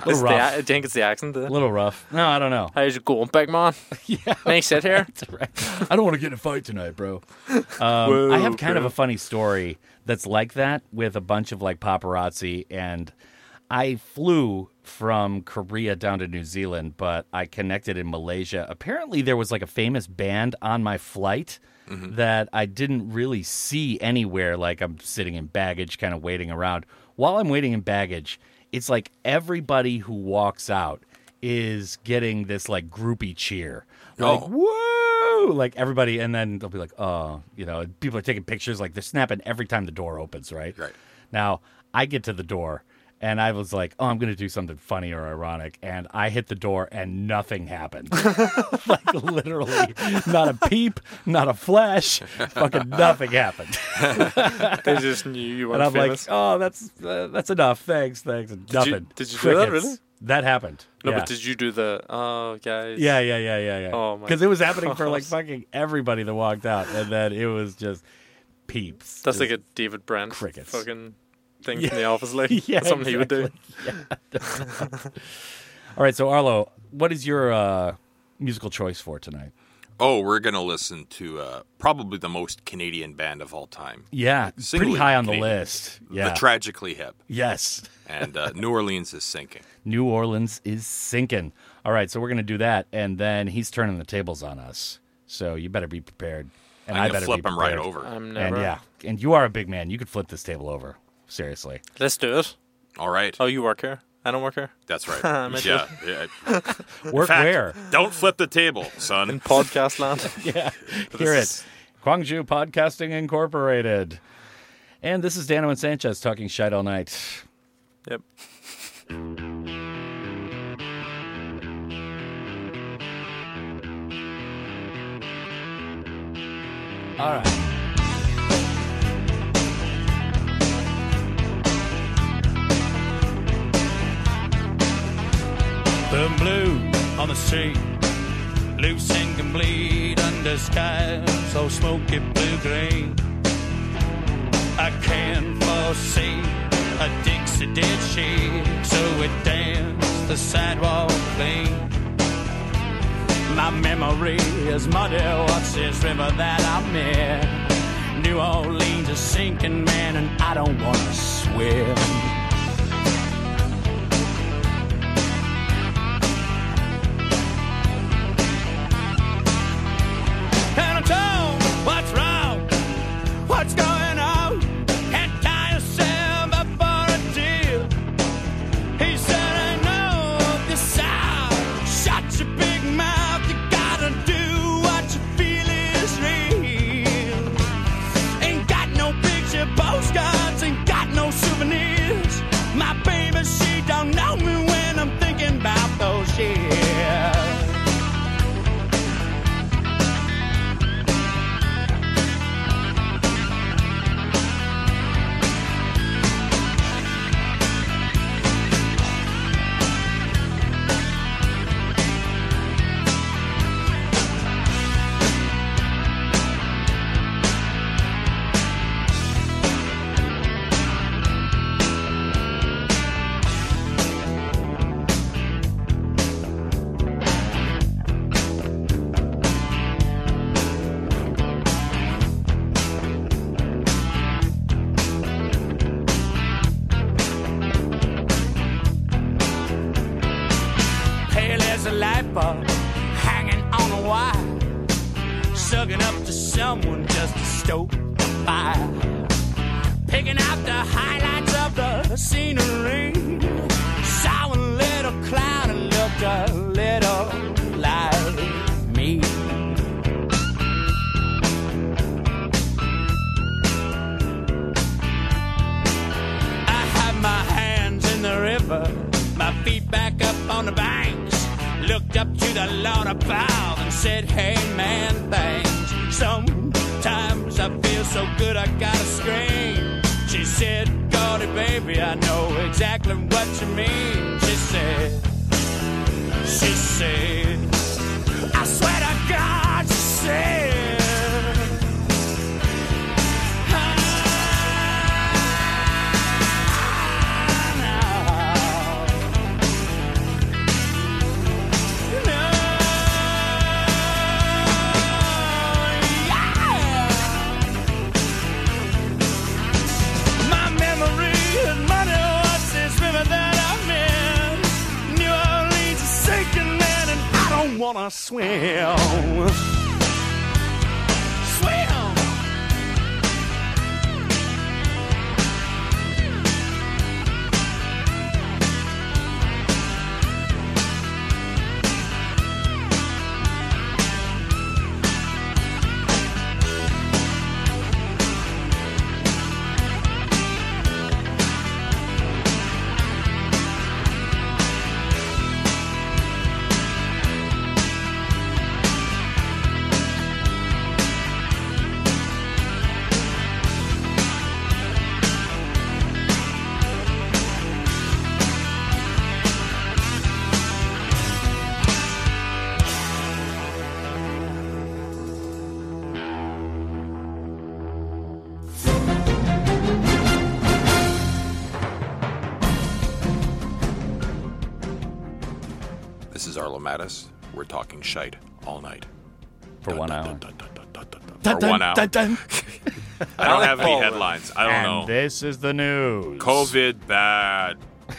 D: little rough,
E: I think it's the accent.
D: a little rough. No, I don't know.
E: How's it going, big man? yeah. Nice sit here.
D: I don't want to get in a fight tonight, bro. Um, I have kind of a funny story that's like that with a bunch of like paparazzi. And I flew from Korea down to New Zealand, but I connected in Malaysia. Apparently, there was like a famous band on my flight. That I didn't really see anywhere. Like, I'm sitting in baggage, kind of waiting around. While I'm waiting in baggage, it's like everybody who walks out is getting this like groupie cheer. Like,
F: Oh.
D: woo! woo, like everybody, and then they'll be like, oh, you know, and people are taking pictures, like they're snapping every time the door opens, right?
F: Right.
D: Now I get to the door, and I was like, oh, I'm gonna do something funny or ironic, and I hit the door, and nothing happened, like literally, not a peep, not a flash, fucking nothing happened.
E: They just knew you were
D: And I'm
E: famous.
D: like, oh, that's uh, that's enough. Thanks, thanks. and
E: you-
D: nothing.
E: did you do that,
D: Crickets.
E: really?
D: That happened.
E: no,
D: yeah.
E: but did you do the? Oh, guys.
D: yeah, yeah, yeah, yeah, yeah.
E: Oh, my
D: Because it was happening for like
E: gosh.
D: fucking everybody that walked out, and then it was just peeps.
E: That's
D: Just-
E: like a David Brent
D: crickets.
E: fucking thing from the office. Like
D: Yeah,
E: that's something he would do.
D: All right, so Arlo, what is your uh, musical choice for tonight?
F: Oh, we're gonna listen to uh, probably the most Canadian band of all time,
D: Yeah,
F: Singly
D: pretty high on the
F: Canadian.
D: list. Yeah.
F: the Tragically Hip,
D: yes.
F: and uh, New Orleans is sinking.
D: New Orleans is sinking. All right, so we're going to do that, and then he's turning the tables on us. So you better be prepared. And
F: I'm
D: I
F: gonna
D: better
F: flip
D: be
F: them right
D: prepared.
F: over.
E: I'm
D: And
E: never.
D: yeah, and you are a big man. You could flip this table over. Seriously.
E: Let's do it.
F: all right,
E: Oh, you work here. I don't work here.
F: that's right. yeah, yeah.
D: Work
F: Fact,
D: where?
F: Don't flip the table, son.
E: Podcast land.
D: Yeah. Hear it. Kwangju Podcasting Incorporated. And this is Dano and Sanchez talking shite all night.
E: yep.
D: All right.
G: The blue on the street, loose and complete under sky, so smoky blue green. I can't foresee a Dixie did she, so it danced the sidewalk clean. My memory is muddy, what's this river that I'm in? New Orleans is sinking, man, and I don't wanna swim. and I'm told what's wrong, what's going on. Can't tie yourself up for a deal. He said, I know this sound. Shut your big mouth, you gotta do what you feel is real. Ain't got no picture postcards, ain't got no souvenirs. My baby, she don't know me when I'm thinking about those years. pale as a light bulb hanging on a wire, sucking up to someone just to stoke the fire, picking out the highlights of the scenery. Saw a little cloud and looked a little like me. I had my hands in the river, my feet back up on the banks. Looked up to the Lord above and said, Hey man, thanks. Sometimes I feel so good I gotta scream. She said, Gordy baby, I know exactly what you mean. She said, She said, I swear to God, she said. My memory is muddy. What's this river that I'm in? New Orleans is sinking, man, and I don't wanna swim. Swim.
F: This is Arlo Mattis. We're talking shite all night.
D: for
F: Dun,
D: one
F: dun,
D: hour.
F: dun, dun, dun, dun, dun, dun. For one hour. I don't have any headlines. I don't know.
D: And this is the news.
F: COVID bad.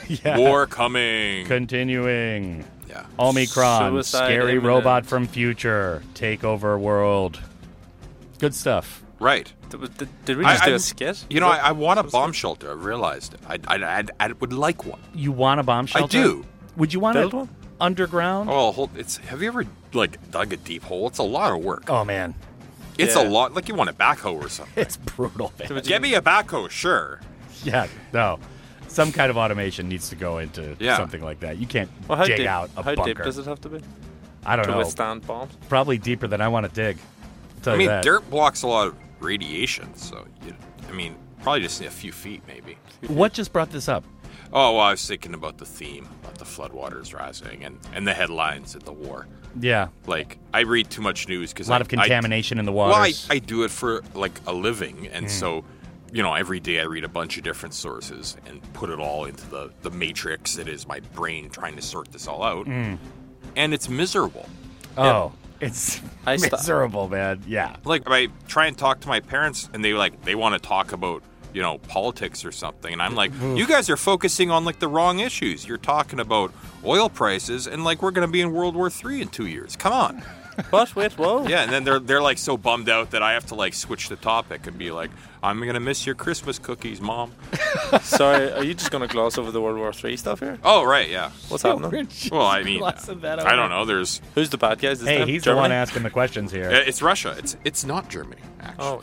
D: Yeah.
F: War coming.
D: continuing.
F: yeah.
D: Omicron,
E: Suicide
D: scary
E: imminent.
D: robot from future, take over world. Good stuff.
F: Right.
E: Did, did- did we just do
F: I'm-
E: a skit?
F: You know, I, I want a bomb shelter. I realized it. I, I, I, I would like one.
D: You want a bomb shelter?
F: do.
D: Would you want
E: Build
D: it
E: one?
D: underground?
F: Oh, hold, it's. Have you ever like dug a deep hole? It's a lot of work.
D: Oh, man,
F: It's
E: Yeah.
F: a lot. Like you want a backhoe or something.
D: it's brutal. Man.
F: Get me a backhoe, sure.
D: yeah, no. Some kind of automation needs to go into
F: Yeah.
D: something like that. You can't
E: Well, how
D: dig
E: deep,
D: out a
E: how
D: bunker.
E: deep does it have to be
D: I don't
E: to
D: know.
E: withstand bombs?
D: Probably deeper than I want to dig. I'll tell
F: I
D: you
F: mean,
D: that.
F: dirt blocks a lot of radiation, so you, I mean, probably just a few feet, maybe.
D: What just brought this up?
F: Oh, well, I was thinking about the theme, about the floodwaters rising, and and the headlines and the war.
D: Yeah,
F: Like, I read too much news because
D: a lot of contamination in the
F: well, I,
D: waters. Hmm.
F: I do it for like a living, and so you know, every day I read a bunch of different sources and put it all into the the matrix that is my brain trying to sort this all out,
D: Hmm.
F: and it's miserable.
D: oh, it's
E: I st-
D: miserable, man. Yeah.
F: like I try and talk to my parents and they like they want to talk about you know politics or something and I'm like
D: Mm.
F: you guys are focusing on like the wrong issues you're talking about oil prices and like we're gonna be in World War Three in two years come on
E: What? Wait, whoa.
F: yeah and then they're they're like so bummed out that I have to like switch the topic and be like I'm gonna miss your Christmas cookies mom
E: Sorry, are you just going to gloss over the World War Three stuff here?
F: oh right yeah
E: What's happening?
F: well I mean
D: Glossing that
F: I
D: over.
F: don't know there's
E: Who's the bad guys this
D: Hey,
E: time?
D: he's
E: Germany?
D: the one asking the questions here.
F: it's Russia it's it's not Germany actually.
E: Oh,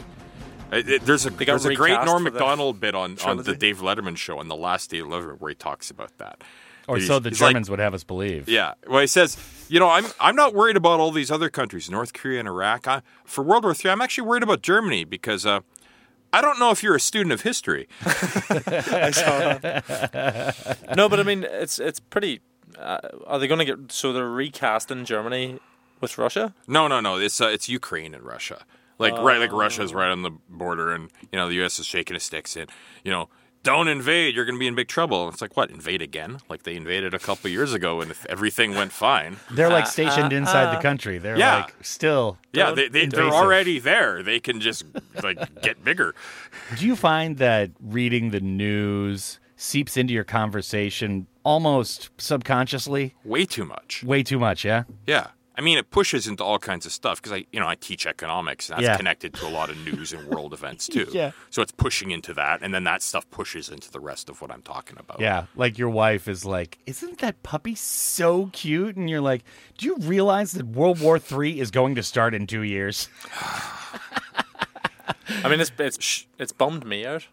F: It- it- there's a
E: got
F: there's a great
E: recast
F: Norm
E: for the
F: Macdonald bit on, on the
E: trilogy.
F: Dave Letterman show on the last day of Letterman where he talks about that.
D: Or
F: He's-
D: Oh, so the
F: he's like-
D: Germans would have us believe.
F: yeah. Well, he says, you know, I'm I'm not worried about all these other countries, North Korea and Iraq. I, for World War III, I'm actually worried about Germany because uh, I don't know if you're a student of history.
E: no, but I mean, it's it's pretty. Uh, are they going to get so they're recasting Germany with Russia?
F: No, no, no. It's uh, it's Ukraine and Russia. Like right, like Russia's right on the border, and you know the U.S. is shaking its sticks and you know. Don't invade. You're going to be in big trouble. It's like what? Invade again? Like they invaded a couple years ago, and if everything went fine.
D: They're like stationed inside the country. They're
F: Yeah.
D: like still.
F: Yeah, they, they, they're
D: invasive.
F: already there. They can just like get bigger.
D: Do you find that reading the news seeps into your conversation almost subconsciously?
F: Way too much.
D: Way too much, yeah?
F: Yeah. I mean, it pushes into all kinds of stuff because I, you know, I teach economics and that's
D: Yeah.
F: connected to a lot of news and world events too.
D: Yeah.
F: So it's pushing into that, and then that stuff pushes into the rest of what I'm talking about.
D: Yeah. Like your wife is like, Isn't that puppy so cute? And you're like, Do you realize that World War III is going to start in two years?
E: I mean, it's it's it's bummed me out.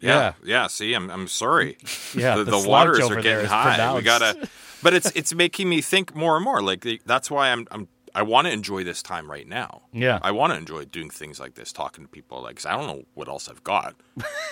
F: Yeah. Yeah, see, I'm, I'm sorry.
D: Yeah,
F: The,
D: the
F: the,
D: slouch
F: waters
D: over
F: are
D: there
F: getting
D: is
F: high. We
D: pronounced.
F: gotta, but it's it's making me think more and more. Like the- that's why I'm I'm I want to enjoy this time right now.
D: Yeah.
F: I want to enjoy doing things like this, talking to people. Like 'cause I don't know what else I've got.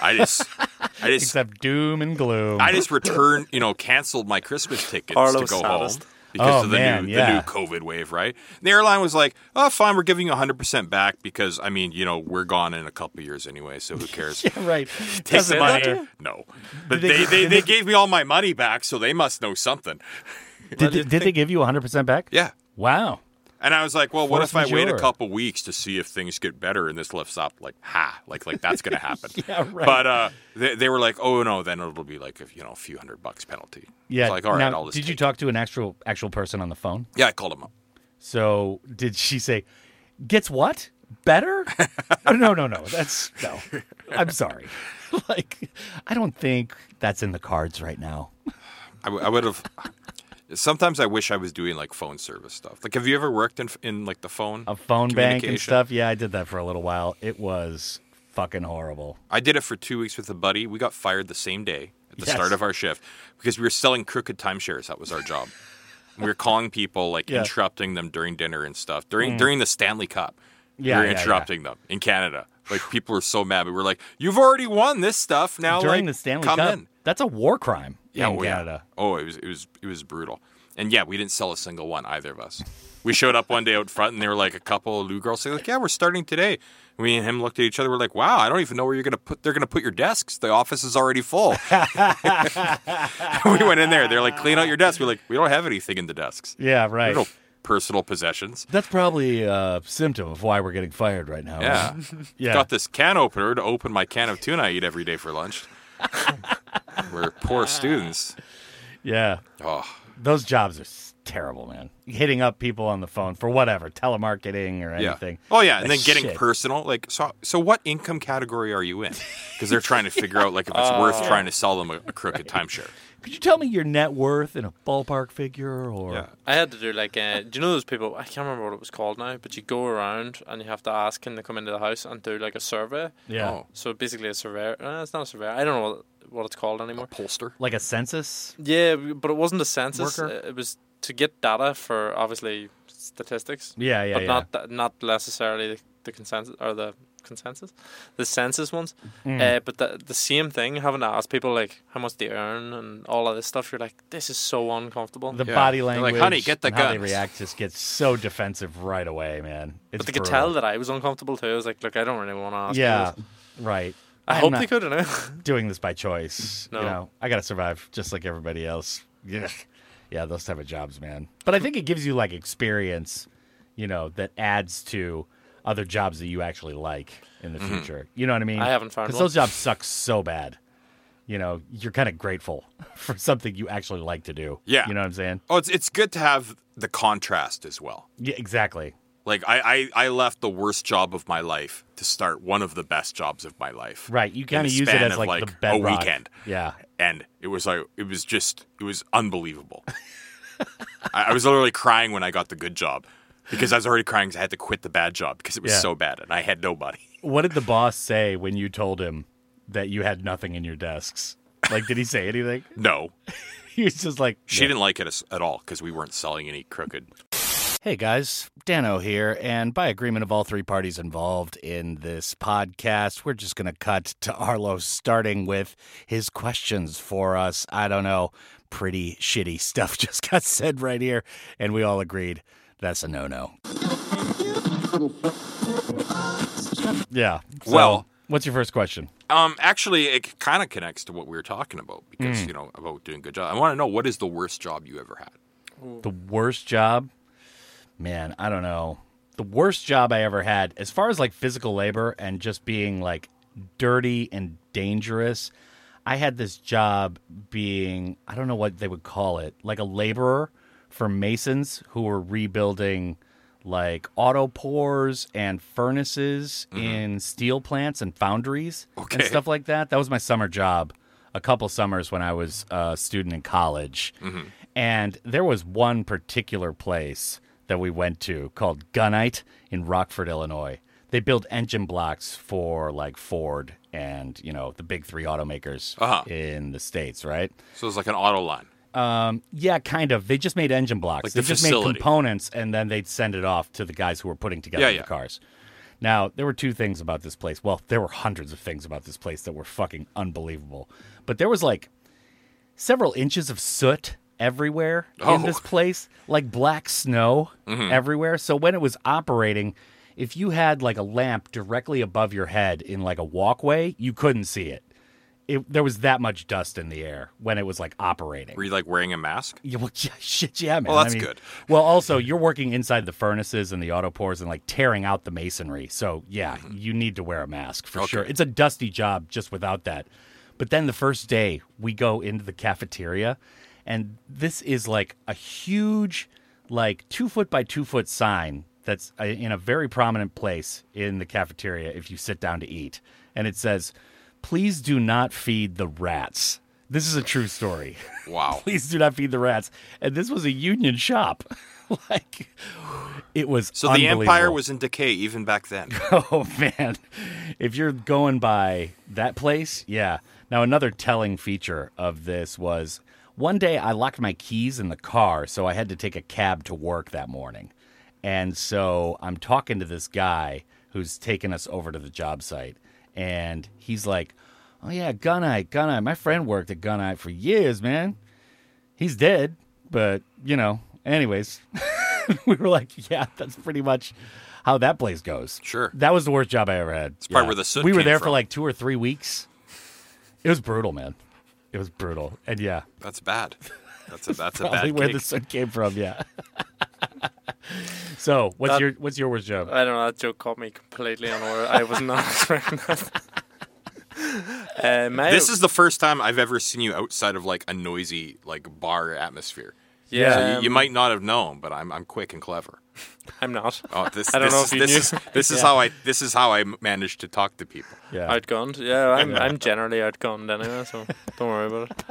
F: I just I just
D: Except doom and gloom.
F: I just returned. You know, canceled my Christmas tickets
E: Arlo's
F: to go
E: saddest.
F: home. Because
D: Oh,
F: of the
D: man,
F: new
D: yeah.
F: the new COVID wave, right? The airline was like, "Oh, fine, we're giving you 100 percent back because I mean, you know, we're gone in a couple of years anyway, so who cares?"
D: right.
F: Take
D: Doesn't
F: the money.
D: matter.
F: No. But they, they, they gave me all my money back, so they must know something.
D: Did, they- did they give you 100% back?
F: Yeah.
D: Wow.
F: And I was like, well, what
D: Force
F: if I wait
D: majeure.
F: a couple weeks to see if things get better and this lifts up? Like, ha, like, like that's going to happen.
D: Yeah, right.
F: But uh, they, they were like, oh, no, then it'll be like, a, you know, a few hundred bucks penalty.
D: Yeah.
F: It's like, all right,
D: now,
F: I'll just
D: did you
F: take
D: talk to an actual actual person on the phone?
F: it." Yeah, I called him up.
D: So did she say, gets what? Better? oh, no, no, no. That's no. I'm sorry. like, I don't think that's in the cards right now.
F: I, w- I would have. Sometimes I wish I was doing like phone service stuff. Like, have you ever worked in, in like the phone?
D: A phone bank and
F: communication?
D: stuff. Yeah, I did that for a little while. It was fucking horrible.
F: I did it for two weeks with a buddy. We got fired the same day at the
D: Yes.
F: start of our shift because we were selling crooked timeshares. That was our job. we were calling people, like
D: Yeah. Mm.
F: interrupting them during dinner and stuff. During during the Stanley Cup,
D: Yeah,
F: we
D: yeah,
F: were
D: yeah.
F: interrupting them in Canada. Like people were so mad. We were like, "You've already won this stuff now."
D: During
F: Oh, like,
D: the Stanley
F: come
D: Cup,
F: in.
D: that's a war crime
F: Yeah,
D: in
F: oh, yeah.
D: Canada.
F: Oh, it was it was it was brutal. And yeah, we didn't sell a single one, either of us. We showed up one day out front and they were like a couple of Lou girls. They're like, yeah, we're starting today. We and him looked at each other. We're like, wow, I don't even know where you're going to put, they're going to put your desks. The office is already full. we went in there. They're like, clean out your desk. We're like, we don't have anything in the desks.
D: Yeah,
F: There's
D: right.
F: no personal possessions.
D: That's probably a symptom of why we're getting fired right now.
F: Yeah.
D: Yeah.
F: Got this can opener to open my can of tuna I eat every day for lunch. We're poor students.
D: Yeah.
F: Oh,
D: Those jobs are s- terrible, man. Hitting up people on the phone for whatever, telemarketing or
F: yeah.
D: anything.
F: Oh, yeah. And
D: Like,
F: then getting
D: shit.
F: personal. Like, so, so what income category are you in? Because they're trying to figure out like if it's worth trying to sell them a, a crooked timeshare.
D: Could you tell me your net worth in a ballpark figure or
F: Yeah.
E: I had to do like, uh, do you know those people? I can't remember what it was called now, but you go around and you have to ask, can they come into the house and do like a survey?
D: Yeah.
F: Oh.
E: So basically, a surveyor. Uh, it's not a surveyor. I don't know what, what it's called anymore.
F: Pollster.
D: like a census?
E: Yeah, b- but it wasn't a census.
D: Worker?
E: uh, It was to get data for obviously statistics.
D: Yeah, yeah,
E: but
D: yeah.
E: not th- not necessarily the, the consensus or the consensus, the census ones.
D: Mm.
E: Uh, but the the same thing, having to ask people like how much they earn and all of this stuff. You're like, this is so uncomfortable.
D: the
F: Yeah.
D: body
F: They're like,
D: language,
F: "Honey, get the
D: and how they
F: guns."
D: react just gets so defensive right away, man. It's
E: but they could
D: brutal.
E: tell that I was uncomfortable too. I was like, look, I don't really want to ask. you
D: Yeah,
E: this.
D: right.
E: I
D: I'm
E: hope
D: not
E: they could. I know.
D: doing this by choice.
E: No.
D: You know, I gotta survive just like everybody else. Yeah, yeah, those type of jobs, man. But I think it gives you like experience, you know, that adds to other jobs that you actually like in the
F: Mm-hmm.
D: future. You know what I mean?
E: I haven't found
D: because
E: one.
D: those jobs suck so bad. You know, you're kind of grateful for something you actually like to do.
F: Yeah.
D: you know what I'm saying?
F: Oh, it's it's good to have the contrast as well.
D: Yeah, exactly.
F: Like I, I, I left the worst job of my life to start one of the best jobs of my life.
D: Right, you
F: in
D: kind
F: the
D: of use it as
F: span of,
D: like, the
F: a
D: bedrock.
F: weekend.
D: Yeah,
F: and it was like it was just it was unbelievable. I, I was literally crying when I got the good job because I was already crying because I had to quit the bad job because it was
D: Yeah.
F: so bad and I had nobody.
D: What did the boss say when you told him that you had nothing in your desks? Like, did he say anything?
F: No,
D: He was just like,
F: she didn't like it as- at all because we weren't selling any crooked.
D: Hey guys, Dano here, and by agreement of all three parties involved in this podcast, we're just going to cut to Arlo starting with his questions for us. I don't know, pretty shitty stuff just got said right here, and we all agreed that's a no no. Yeah. so,
F: Well-
D: what's your first question?
F: Um, actually, it kind of connects to what we were talking about because
D: Mm.
F: you know about doing a good job. I want to know what is the worst job you ever had.
D: the worst job man i don't know the worst job i ever had as far as like physical labor and just being like dirty and dangerous i had this job being i don't know what they would call it like a laborer for masons who were rebuilding like auto pours and furnaces in steel plants and foundries and
F: Okay.
D: stuff like that. That was my summer job a couple summers when I was a student in college. And there was one particular place that we went to called Gunite in Rockford, Illinois. They build engine blocks for like Ford and, you know, the big three automakers
F: Uh-huh.
D: in the States, right?
F: So it was like an auto line.
D: Yeah, kind of. They just made engine blocks.
F: Like
D: they
F: the
D: just made
F: facility.
D: components, and then they'd send it off to the guys who were putting together
F: Yeah,
D: the
F: yeah.
D: cars. Now, there were two things about this place. Well, there were hundreds of things about this place that were fucking unbelievable. But there was like several inches of soot everywhere in
F: Oh. Mm-hmm.
D: this place, like black snow everywhere. So when it was operating, if you had like a lamp directly above your head in like a walkway, you couldn't see it. It, there was that much dust in the air when it was like operating.
F: Were you like wearing a mask?
D: Yeah, well, yeah, shit, yeah, man.
F: Well,
D: I
F: that's
D: mean-
F: good.
D: Well, also, you're working inside the furnaces and the auto pours and like tearing out the masonry. So, yeah, you need to wear a mask for
F: Mm-hmm. Okay.
D: sure. It's a dusty job just without that. But then the first day, we go into the cafeteria, and this is like a huge, like two foot by two foot sign that's uh, in a very prominent place in the cafeteria if you sit down to eat. And it says, Please do not feed the rats. This is a true story.
F: Wow.
D: please do not feed the rats. And this was a union shop. like it was
F: So the empire
D: unbelievable.
F: was in decay even back then.
D: Oh man. If you're going by that place, yeah. Now another telling feature of this was one day I locked my keys in the car, so I had to take a cab to work that morning. And so I'm talking to this guy who's taking us over to the job site and he's like, "Oh yeah, Gunite, Gunite. My friend worked at Gunite for years, man. He's dead, But, you know, anyways, we were like, yeah, that's pretty much how that place goes.
F: Sure.
D: That was the worst job I ever had. It's
F: probably where the soot
D: We were
F: came
D: there for
F: from.
D: like two or three weeks. It was brutal, man. It was brutal. And yeah,
F: That's bad. That's a that's a
D: probably
F: bad
D: where
F: gig.
D: the soot came from, yeah. so, what's
E: That- Uh,
D: your what's your worst job?
E: I don't know. That joke caught me completely unaware. I was not expecting that. Uh, my-
F: This is the first time I've ever seen you outside of like a noisy like bar atmosphere.
E: yeah.
F: So you, you
E: um,
F: might not have known, but I'm I'm quick and clever.
E: I'm not.
F: Oh, this
E: I don't
F: this
E: know
F: is
E: if you
F: this
E: knew.
F: is this is how I this is how I managed to talk to people.
D: Yeah.
E: Outgunned. Yeah, I'm I'm generally outgunned anyway, so don't worry about it.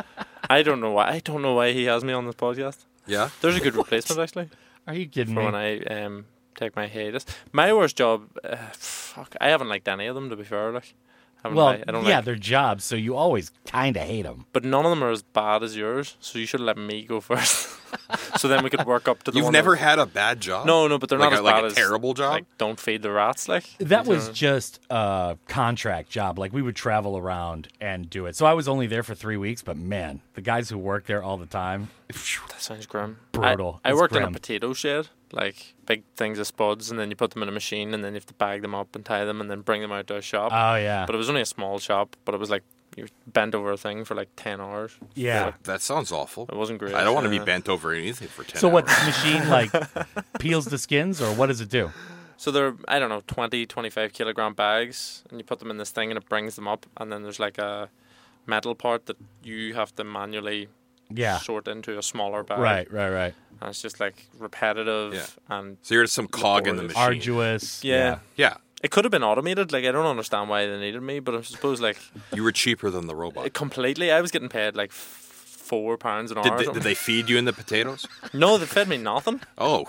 E: I don't know why. I don't know why he has me on this podcast.
F: Yeah.
E: There's a good replacement actually
D: Are you kidding
E: for
D: me?
E: when I um take my hiatus. My worst job. Uh, fuck. I haven't liked any of them to be fair. Like, haven't
D: well,
E: I? I don't
D: yeah,
E: like.
D: they're jobs, so you always kind of hate them.
E: But none of them are as bad as yours, so you should let me go first. so then we could work up to the.
F: You've
E: one that
F: never
E: was-
F: had a bad job?
E: No, no, but they're
F: like
E: not
F: a,
E: as
F: like
E: bad
F: a
E: as
F: terrible job.
E: Like, don't feed the rats. Like
D: That
E: these
D: was
E: are-
D: just a contract job. Like we would travel around and do it. So I was only there for three weeks, but man, the guys who work there all the time,
E: That sounds grim.
D: Brutal.
E: I, I
D: It's
E: worked in
D: grim.
E: a potato shed, like big things of spuds, and then you put them in a machine, and then you have to bag them up and tie them, and then bring them out to a shop.
D: oh yeah,
E: but it was only a small shop, but it was like you bent over a thing for like ten hours.
D: yeah.
F: That sounds awful.
E: It wasn't great.
F: I don't want to be
E: uh,
F: bent over anything for ten.
D: So what
F: hours.
D: machine like peels the skins, or what does it do?
E: So they're I don't know 20, 25 kilogram bags, and you put them in this thing, and it brings them up, and then there's like a metal part that you have to manually
D: Yeah,
E: sort into a smaller bag.
D: right, right, right.
E: And it's just like repetitive
F: Yeah.
E: and
F: So you're some cog in the
E: Laborious.
F: machine.
D: Arduous.
E: yeah.
F: Yeah.
E: It could have been automated. Like I don't understand why they needed me, but I suppose like
F: You were cheaper than the robot.
E: it completely. I was getting paid like f- four pounds an hour.
F: Did
E: or
F: they, did
E: something.
F: they feed you in the potatoes?
E: No, they fed me nothing.
F: Oh,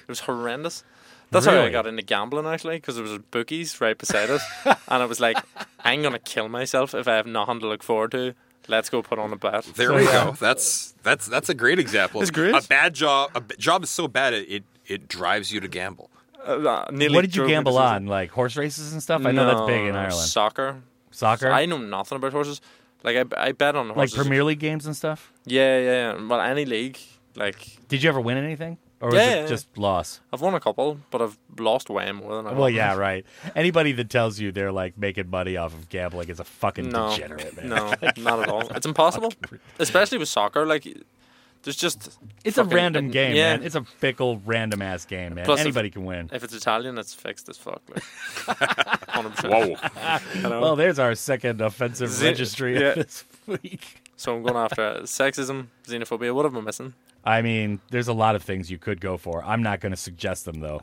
E: It was horrendous. That's how I
D: Really?
E: got into gambling actually, because there was bookies right beside us, and I was like, I'm gonna kill myself if I have nothing to look forward to. Let's go put on a bet.
F: there we go. That's that's that's a great example.
E: That's great.
F: A bad job. A b- job is so bad it, it it drives you to gamble.
E: Uh, nearly
D: What did you
E: drove me
D: gamble
E: crazy.
D: on? Like horse races and stuff? I know that's big in
E: No,
D: Ireland.
E: Soccer.
D: Soccer,
E: I know nothing about horses. Like I, I bet on
D: like
E: horses.
D: Premier League games and stuff.
E: Yeah, yeah, yeah. Well, any league. Like
D: Did you ever win anything, or was
E: Yeah,
D: it
E: yeah.
D: just loss?
E: I've won a couple, but I've lost way more than I.
D: Well,
E: won.
D: yeah, right. Anybody that tells you they're like making money off of gambling is a fucking degenerate, man.
E: No, not at all. It's impossible, especially with soccer. Like, there's just
D: It's a
E: fucking-
F: uh,
D: random game,
E: yeah.
D: man. It's a fickle, random ass game, man.
E: Plus if-
D: Anybody can win.
E: if it's Italian, it's fixed as fuck. Like, 100%.
F: Whoa.
D: Well, there's our second offensive
E: Zi-
D: registry
E: yeah.
D: of this week.
E: So I'm going after sexism, xenophobia. What am I missing?
D: I mean, there's a lot of things you could go for. I'm not going to suggest them, though.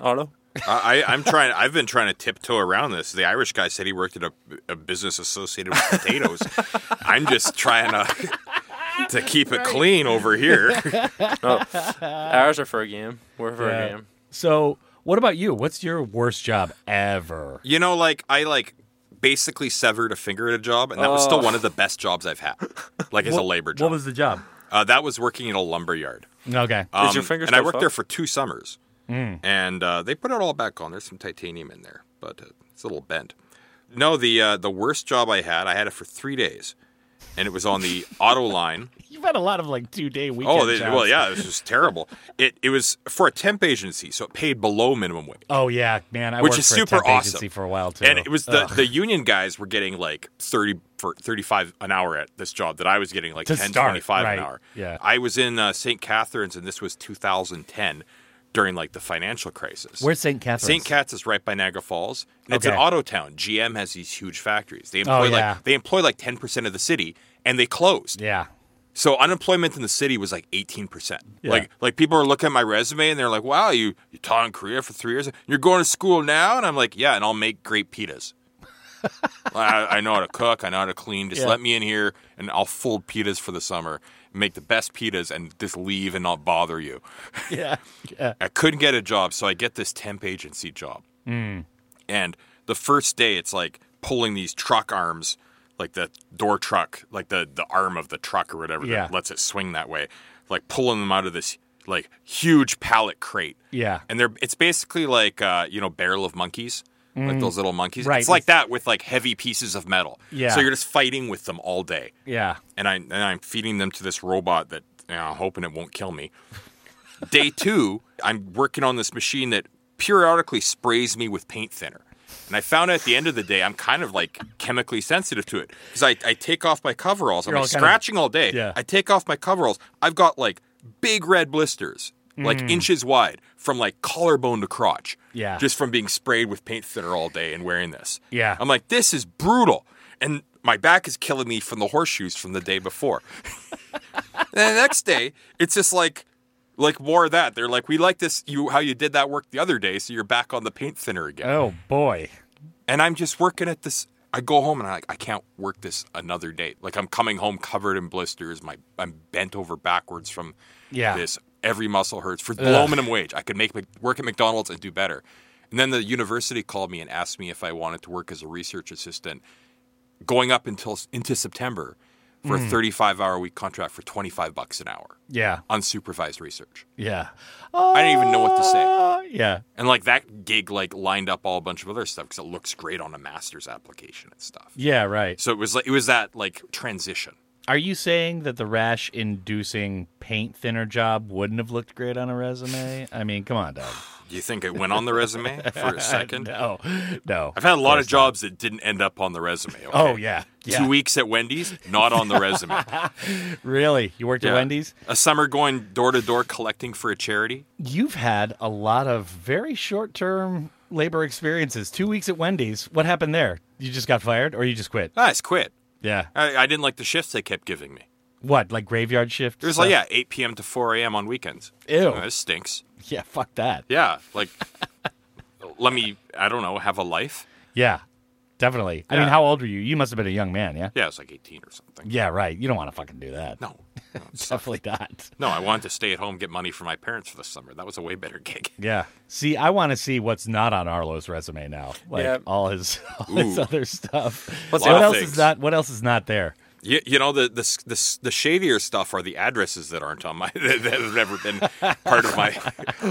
E: Arlo.
F: I, I- I'm trying. I've been trying to tiptoe around this. The Irish guy said he worked at a, a business associated with potatoes. I'm just trying to to keep it clean over here.
E: Ours are for a game. We're for
D: Yeah.
E: a game.
D: Uh, So, what about you? What's your worst job ever?
F: You know, like I like basically severed a finger at a job, and that was still
E: Oh.
F: one of the best jobs I've had, like as a
D: What-
F: labor job.
D: What was the job?
F: uh, that was working in a lumber yard.
D: Okay.
F: Um,
E: your finger
F: and I
E: still
F: worked there
E: fucked?
F: for two summers,
D: Mm.
F: and uh, they put it all back on. There's some titanium in there, but uh, it's a little bent. No, the uh, the worst job I had, I had it for three days, and it was on the auto line.
D: You've had a lot of like two day weekend
F: Oh, they,
D: jobs.
F: well, yeah, it was just terrible. It it was for a temp agency, so it paid below minimum wage,
D: Oh, yeah, man. I
F: which
D: worked
F: is
D: for
F: super
D: a temp
F: awesome.
D: agency for a while too.
F: and it was the, the union guys were getting like thirty for thirty five an hour at this job that I was getting like
D: To
F: 10,
D: start,
F: 25
D: right,
F: an hour.
D: yeah.
F: I was in uh, St. Catharines, and this was 2010 during like the financial crisis.
D: Where's St. Catharines?
F: St. Cat's is right by Niagara Falls. And It's an
D: Okay. Oh,
F: auto town. GM has these huge factories. They employ
D: yeah.
F: like they employ like ten percent of the city, and they closed.
D: Yeah.
F: So unemployment in the city was like eighteen percent.
D: Yeah.
F: Like like people are looking at my resume and they're like, "Wow, you you taught in Korea for three years. You're going to school now?" And I'm like, "Yeah, and I'll make great pitas. I, I know how to cook. I know how to clean. Just
D: Yeah.
F: let me in here, and I'll fold pitas for the summer, make the best pitas, and just leave and not bother you."
D: Yeah. Yeah.
F: I couldn't get a job, so I get this temp agency job.
D: Hmm.
F: And the first day, it's like pulling these truck arms, like the door truck, like the, the arm of the truck or whatever
D: Yeah.
F: that lets it swing that way, like pulling them out of this like huge pallet crate.
D: Yeah.
F: And they're it's basically like uh, you know barrel of monkeys. Like those little monkeys.
D: Mm. Right.
F: It's like that with like heavy pieces of metal.
D: Yeah.
F: So you're just fighting with them all day
D: Yeah.
F: and I and I'm feeding them to this robot that you know, hoping it won't kill me. Day two, I'm working on this machine that periodically sprays me with paint thinner. And I found out at the end of the day, I'm kind of like chemically sensitive to it because I, I take off my coveralls. I'm
D: You're
F: like,
D: all kind of-
F: scratching all day.
D: Yeah.
F: I take off my coveralls. I've got like big red blisters, like inches wide, from like collarbone to crotch.
D: Mm. Yeah.
F: Just from being sprayed with paint thinner all day and wearing this.
D: Yeah.
F: I'm like, this is brutal. And my back is killing me from the horseshoes from the day before. and then the next day, it's just like, like more of that. They're like, we like this, you how you did that work the other day, so you're back on the paint thinner again.
D: Oh boy.
F: and I'm just working at this. I go home and I like, I can't work this another day. Like I'm coming home covered in blisters. My I'm bent over backwards from
D: Yeah.
F: this. Every muscle hurts for low minimum wage. I could make Mc- work at McDonald's and do better. And then the university called me and asked me if I wanted to work as a research assistant, going up until into September for a 35 hour week contract for 25 bucks an hour,
D: Yeah.
F: unsupervised research.
D: Yeah.
F: I didn't even know what to say.
D: Uh, yeah.
F: And like that gig, like lined up all a bunch of other stuff because it looks great on a master's application and stuff.
D: Yeah. Right.
F: So it was like it was that like transition.
D: Are you saying that the rash inducing paint thinner job wouldn't have looked great on a resume? I mean, come on, Doug.
F: Do you think it went on the resume for a second?
D: No, no.
F: I've had a lot of jobs that didn't end up on the resume. okay?
D: Oh, yeah. Yeah.
F: Two weeks at Wendy's, not on the resume.
D: Really? You worked
F: Yeah.
D: at Wendy's?
F: A summer going door to door collecting for a charity.
D: You've had a lot of very short term labor experiences. Two weeks at Wendy's. What happened there? You just got fired or you just quit?
F: Nice, Ah, quit.
D: Yeah.
F: I, I didn't like the shifts they kept giving me.
D: What, like graveyard shift?
F: It was like yeah, 8 p.m. to 4 a.m. on weekends.
D: Ew.
F: Uh, this stinks.
D: Yeah, fuck that.
F: Yeah, like let me. I don't know. Have a life.
D: Yeah, definitely. I
F: Yeah.
D: mean, how old were you? You must have been a young man, yeah?
F: Yeah, it's like 18 or something.
D: Yeah, right. You don't want to fucking do that.
F: No, no, it's-
D: Definitely not.
F: no. I wanted to stay at home, get money for my parents for the summer. That was a way better gig.
D: Yeah. See, I want to see what's not on Arlo's resume now. Like
E: Yeah.
D: all his all his
F: Ooh.
D: other stuff.
F: What's
D: what
F: the-
D: else is
F: things.
D: not what else is not there?
F: You, you know the, the the the shadier stuff are the addresses that aren't on my that have never been part of my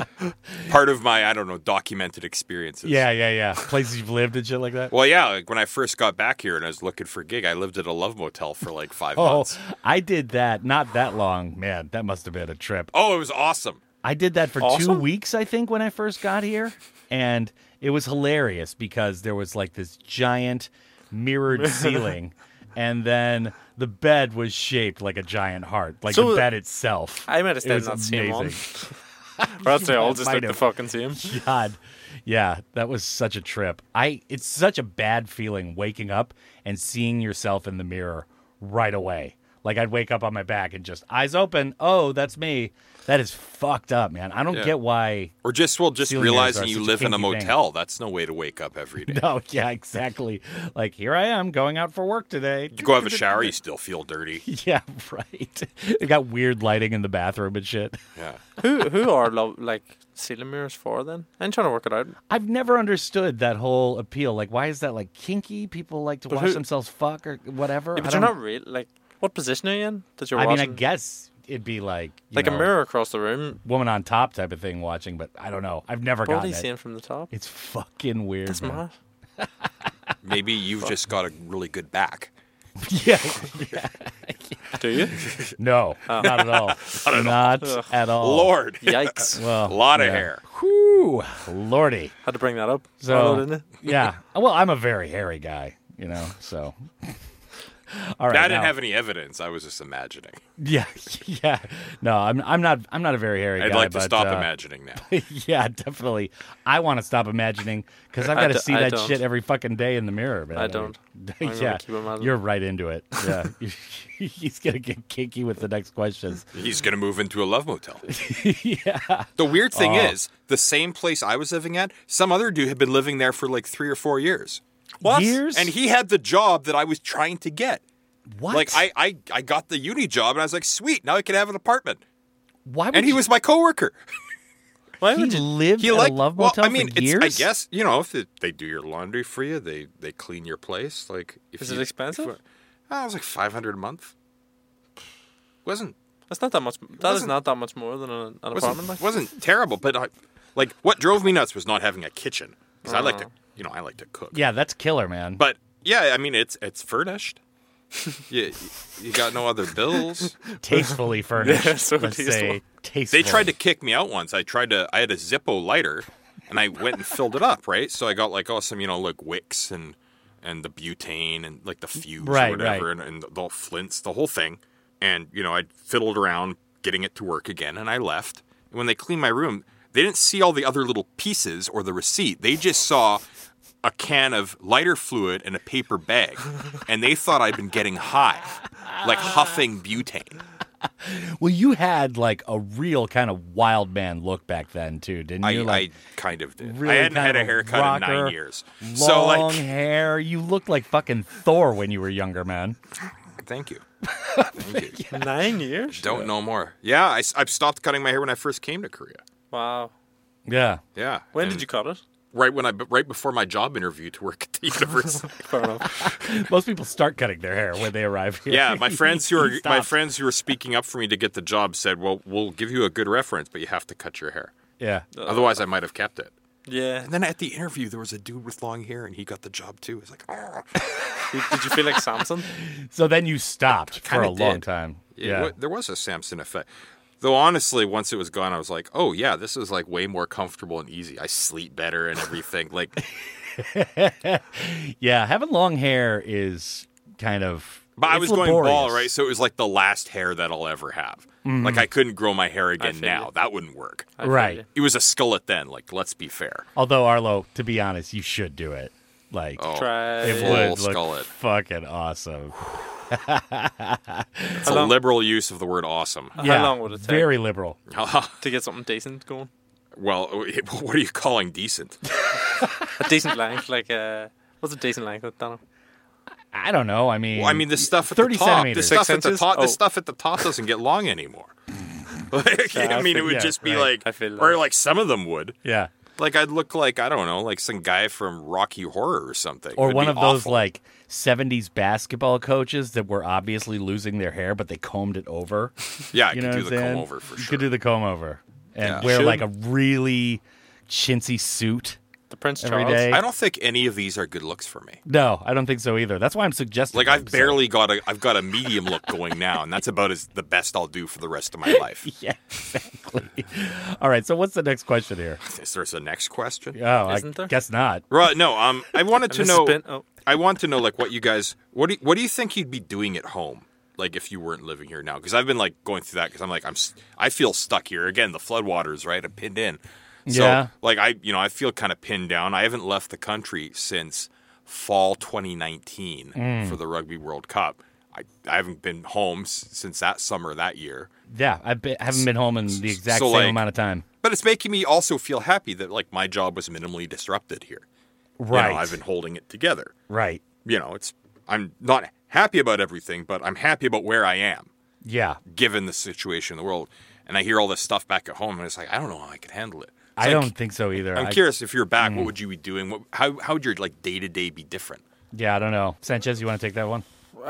F: part of my I don't know documented experiences.
D: Yeah, yeah, yeah. Places you've lived and shit like that.
F: Well, yeah. Like when I first got back here and I was looking for a gig, I lived at a love motel for like five
D: Oh,
F: months.
D: I did that not that long. Man, that must have been a trip.
F: Oh, it was awesome.
D: I did that for two
E: Awesome.
D: weeks, I think, when I first got here. And it was hilarious because there was like this giant mirrored ceiling. And then the bed was shaped like a giant heart, like
E: So-
D: the bed itself.
E: I might have
D: It
E: stayed in
D: was
E: that same one.
D: amazing.
E: That's it. I'll just
D: Might
E: like the
D: have.
E: fucking same.
D: God. Yeah, that was such a trip. I it's such a bad feeling waking up and seeing yourself in the mirror right away. Like I'd wake up on my back and just eyes open, oh, that's me. That is fucked up, man. I don't
F: Yeah.
D: get why
F: Or just well, just
D: Ceilings are
F: realizing you
D: such a
F: live in a
D: kinky thing.
F: motel. That's no way to wake up every day.
D: No, yeah, exactly. Like here I am going out for work today.
F: You go have a shower, you still feel dirty.
D: Yeah, right. They got weird lighting in the bathroom and shit.
F: Yeah.
E: Who who are lo- like ceiling mirrors for then? I'm trying to work it out.
D: I've never understood that whole appeal. Like, why is that like kinky? People like to watch
E: who-
D: themselves fuck or whatever.
E: Yeah,
D: I
E: but you're
D: don't-
E: not really like what position are you in that you're
D: I mean,
E: watching?
D: I guess it'd be like you
E: like
D: know,
E: a mirror across the room.
D: woman on top type of thing watching. But I don't know. I've never
E: Probably
D: gotten it.
E: seen from the top.
D: It's fucking weird.
E: That's
D: man.
E: mad.
F: Maybe you've just got a really good back.
D: Yeah.
E: Do you?
D: No, not at all. not at all.
F: Lord,
E: Yikes!
F: a
D: Well,
F: lot of
D: Oh. yeah.
F: hair.
D: Whew, lordy.
E: Had to bring that up.
D: So
E: Hello, didn't it?
D: yeah. Well, I'm a very hairy guy, you know. So all right.
F: I didn't
D: now-
F: have any evidence. I was just imagining.
D: Yeah, yeah. No, I'm. I'm not. I'm not a very hairy
F: I'd
D: guy.
F: like to
D: but,
F: stop
D: uh,
F: imagining now.
D: yeah, definitely. I want to stop imagining because I've
E: I
D: got to
E: d-
D: see
E: I
D: that
E: don't.
D: shit every fucking day in the mirror, man.
E: I don't. I'm gonna
D: yeah,
E: keep imagining.
D: you're right into it. Yeah, he's gonna get kinky with the next questions.
F: He's going to move into a love motel.
D: yeah, Oh.
F: The weird thing is, the same place I was living at, some other dude had been living there for like three or four years.
D: What? Years?
F: And he had the job that I was trying to get.
D: what?
F: Like I, I, I got the uni job, and I was like, sweet, now I can have an apartment.
D: Why would
F: And he
D: you-
F: was my coworker.
E: Why
D: He
E: would you?
D: lived
F: He
D: at
F: like
D: a love
F: well,
D: motel
F: I mean,
D: for
F: it's,
D: years.
F: I guess you know if it, they do your laundry for you, they they clean your place. Like, if
E: Is
F: you-
E: it expensive?
F: Ah, it was like five hundred a month. Wasn't
E: That's not that much. That is
F: wasn't-
E: not that much more than an, an apartment.
F: wasn't,
E: Like.
F: wasn't terrible, but I, like what drove me nuts was not having a kitchen because I like to, you know, I like to cook.
D: Yeah, that's killer, man.
F: but yeah, I mean it's it's furnished. You, you got no other bills.
D: Tastefully furnished.
E: Yeah, so
D: let's
E: tasteful.
D: say tasteful.
F: They tried to kick me out once. I tried to. I had a Zippo lighter, and I went and filled it up. Right, so I got like all some you know like wicks and and the butane and like the fuse
D: Mm, Right,
F: or whatever,
D: right.
F: and, and the flints, the whole thing. And you know I fiddled around getting it to work again, and I left. And when they cleaned my room, they didn't see all the other little pieces or the receipt. They just saw a can of lighter fluid and a paper bag, and they thought I'd been getting high, like huffing butane.
D: Well, you had like a real kind of wild man look back then too, didn't
F: I,
D: you? Like
F: I kind of did.
D: really
F: I hadn't
D: kind
F: had
D: of
F: a haircut
D: rocker,
F: in nine years.
D: Long
F: so like,
D: hair. You looked like fucking Thor when you were younger, man.
F: thank you. Thank you.
E: Nine years?
F: Don't know more. Yeah, I, have stopped cutting my hair when I first came to Korea.
E: Wow.
D: Yeah.
F: Yeah.
E: When
F: and
E: did you cut it?
F: Right when I, right before my job interview to work at the university.
E: Fair enough.
D: Most people start cutting their hair when they arrive here.
F: yeah, my friends who are
D: He
F: my
D: stopped.
F: friends who were speaking up for me to get the job said, "Well, we'll give you a good reference, but you have to cut your hair.
D: Yeah.
F: Otherwise, I might have kept it."
E: Yeah.
F: And Uh, then at the interview, there was a dude with long hair, and he got the job too. It's like, oh.
E: Did, did you feel like Samson?
D: So then you stopped for a
F: Kinda
D: long
F: did.
D: time.
F: It
D: yeah.
F: wa- there was a Samson effect. Though honestly, once it was gone, I was like, oh yeah, this is like way more comfortable and easy. I sleep better and everything. Like,
D: yeah. Having long hair is kind of.
F: but I
D: it's
F: was going ball
D: laborious.
F: right, so it was like the last hair that I'll ever have. Like I couldn't grow my hair again
E: feel
F: now.
E: you.
F: That wouldn't work.
E: I feel
D: Right.
E: you.
F: It was a skillet then. Like, let's be fair.
D: Although Arlo, to be honest, you should do it. Like
F: Oh,
E: Try
D: it
E: it.
D: would
F: full
D: look
F: skullet.
D: fucking awesome.
F: it's a
E: long-
F: liberal use of the word awesome.
D: yeah,
E: long would it take?
D: Very liberal.
E: to get something decent going.
F: well, what are you calling decent?
E: A decent length, like uh, what's a decent length? I don't know.
D: I don't know. I mean,
F: Well, I mean, this stuff at
D: 30
F: the top,
D: centimeters.
F: this
D: Six
F: stuff at the
E: inches?
F: top,
E: Oh.
F: this stuff at the top doesn't get long anymore. like,
E: Yeah,
F: I
E: I
F: mean, it
E: feel-
F: would
D: yeah,
F: just be
D: right.
F: like,
E: I feel
F: or
E: that.
F: like some of them would.
D: yeah.
F: Like I'd look like I don't know, like some guy from Rocky Horror or something,
D: Or
F: It'd
D: one
F: be
D: of those
F: awful.
D: like '70s basketball coaches that were obviously losing their hair, but they combed it over.
F: yeah, I
D: you
F: could
D: know
F: do
D: what
F: the
D: I'm saying?
F: comb over for
D: You
F: sure.
D: could do the comb over and
F: Yeah.
D: wear
F: Should-
D: like a really chintzy suit.
E: The Prince
D: Every
E: Charles.
D: day.
F: I don't think any of these are good looks for me.
D: No, I don't think so either. That's why I'm suggesting.
F: Like
D: them,
F: I've
D: so-
F: barely got a, I've got a medium look going now, and that's about as the best I'll do for the rest of my life.
D: Yeah, exactly. All right. So what's the next question here?
F: Is there's a next question?
D: Oh, I
E: Isn't there?
D: guess not.
F: Right? No. Um, I wanted to
E: this has
F: know.
E: been- oh.
F: I want to know like what you guys what do you, what do you think you'd be doing at home like if you weren't living here now because I've been like going through that because I'm like I'm s- I feel stuck here again the floodwaters right I'm pinned in so
D: Yeah.
F: like I you know I feel kind of pinned down I haven't left the country since fall 2019 for the Rugby World Cup I, I haven't been home s- since that summer that year
D: Yeah, I be- haven't been home in the exact
F: So,
D: same
F: like-
D: amount of time.
F: but it's making me also feel happy that like my job was minimally disrupted here You know,
D: Right.
F: I've been holding it together
D: Right.
F: you know, it's I'm not happy about everything, but I'm happy about where I am
D: Yeah.
F: given the situation in the world. And I hear all this stuff back at home, and it's like I don't know how I can handle it. So
D: I don't think so either.
F: I'm
D: I- Mm.
F: curious if you're back, what would you be doing? What, how how would your like day to day be different?
D: Yeah, I don't know. Sanchez, you want to take that one?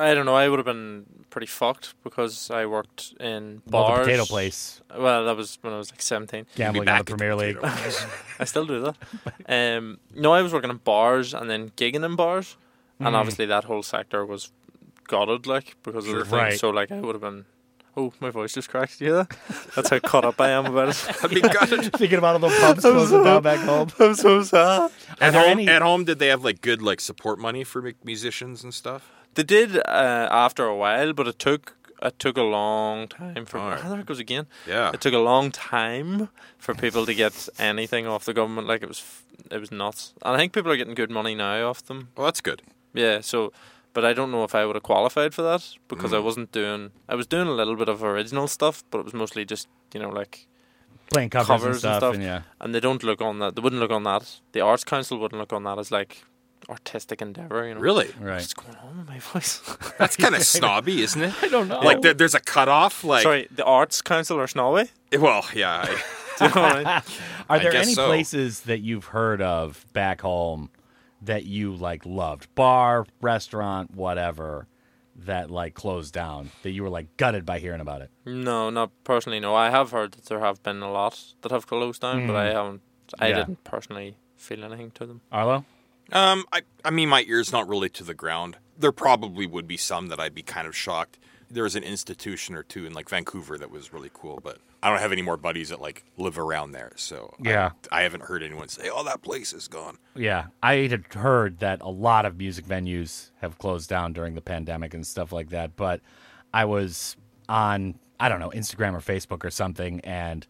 E: I don't know. I would have been pretty fucked because I worked in
D: Well, the
E: bars.
D: potato place
E: Well, that was when I was like seventeen.
D: gambling on
F: back
D: the Premier League.
E: I still do that. Um, no, I was working in bars and then gigging in bars, and obviously that whole sector was gutted like because of the thing.
D: Right.
E: So like I would have been. Oh, my voice just cracked. Did you hear that? That's how caught up I am about it.
F: I mean, God,
D: Thinking about all the pubs closing down back home.
E: I'm so sad.
F: at
D: there
F: home,
D: any-
F: at home, did they have like good like support money for mu- musicians and stuff?
E: They did uh, after a while, but it took it took a long time for.
F: Alright.
E: Ah, there it goes again.
F: Yeah.
E: it took a long time for people to get anything off the government. Like it was, f- it was nuts. And I think people are getting good money now off them.
F: Well, that's good.
E: Yeah. So, but I don't know if I would have qualified for that because
F: Mm.
E: I wasn't doing. I was doing a little bit of original stuff, but it was mostly just you know like
D: Playing covers,
E: covers
D: and stuff. And yeah.
E: and they don't look on that. They wouldn't look on that. The arts council wouldn't look on that as like artistic endeavor. You know.
F: Really,
D: Right.
E: What's going on with my voice?
F: that's kind of snobby, isn't it? I
D: don't know.
F: Like there, there's a cutoff. Like,
E: Sorry, the arts council or Snowy.
F: well, yeah. I,
E: Do you know what I mean?
D: Are
F: I
D: there
F: guess
D: any
F: so.
D: places that you've heard of back home that you like loved? Bar, restaurant, whatever that like closed down that you were like gutted by hearing about it.
E: No, not personally. No, I have heard that there have been a lot that have closed down, but
F: Mm.
E: I haven't. I
D: Yeah.
E: didn't personally feel anything to them.
D: Arlo?
F: Um, I, I mean, my ear's not really to the ground. there probably would be some that I'd be kind of shocked. There was an institution or two in like Vancouver that was really cool, but I don't have any more buddies that like live around there, so I-
D: Yeah.
F: I, haven't heard anyone say, "Oh, that place is gone."
D: Yeah, I had heard that a lot of music venues have closed down during the pandemic and stuff like that. But I was on, I don't know, Instagram or Facebook or something, and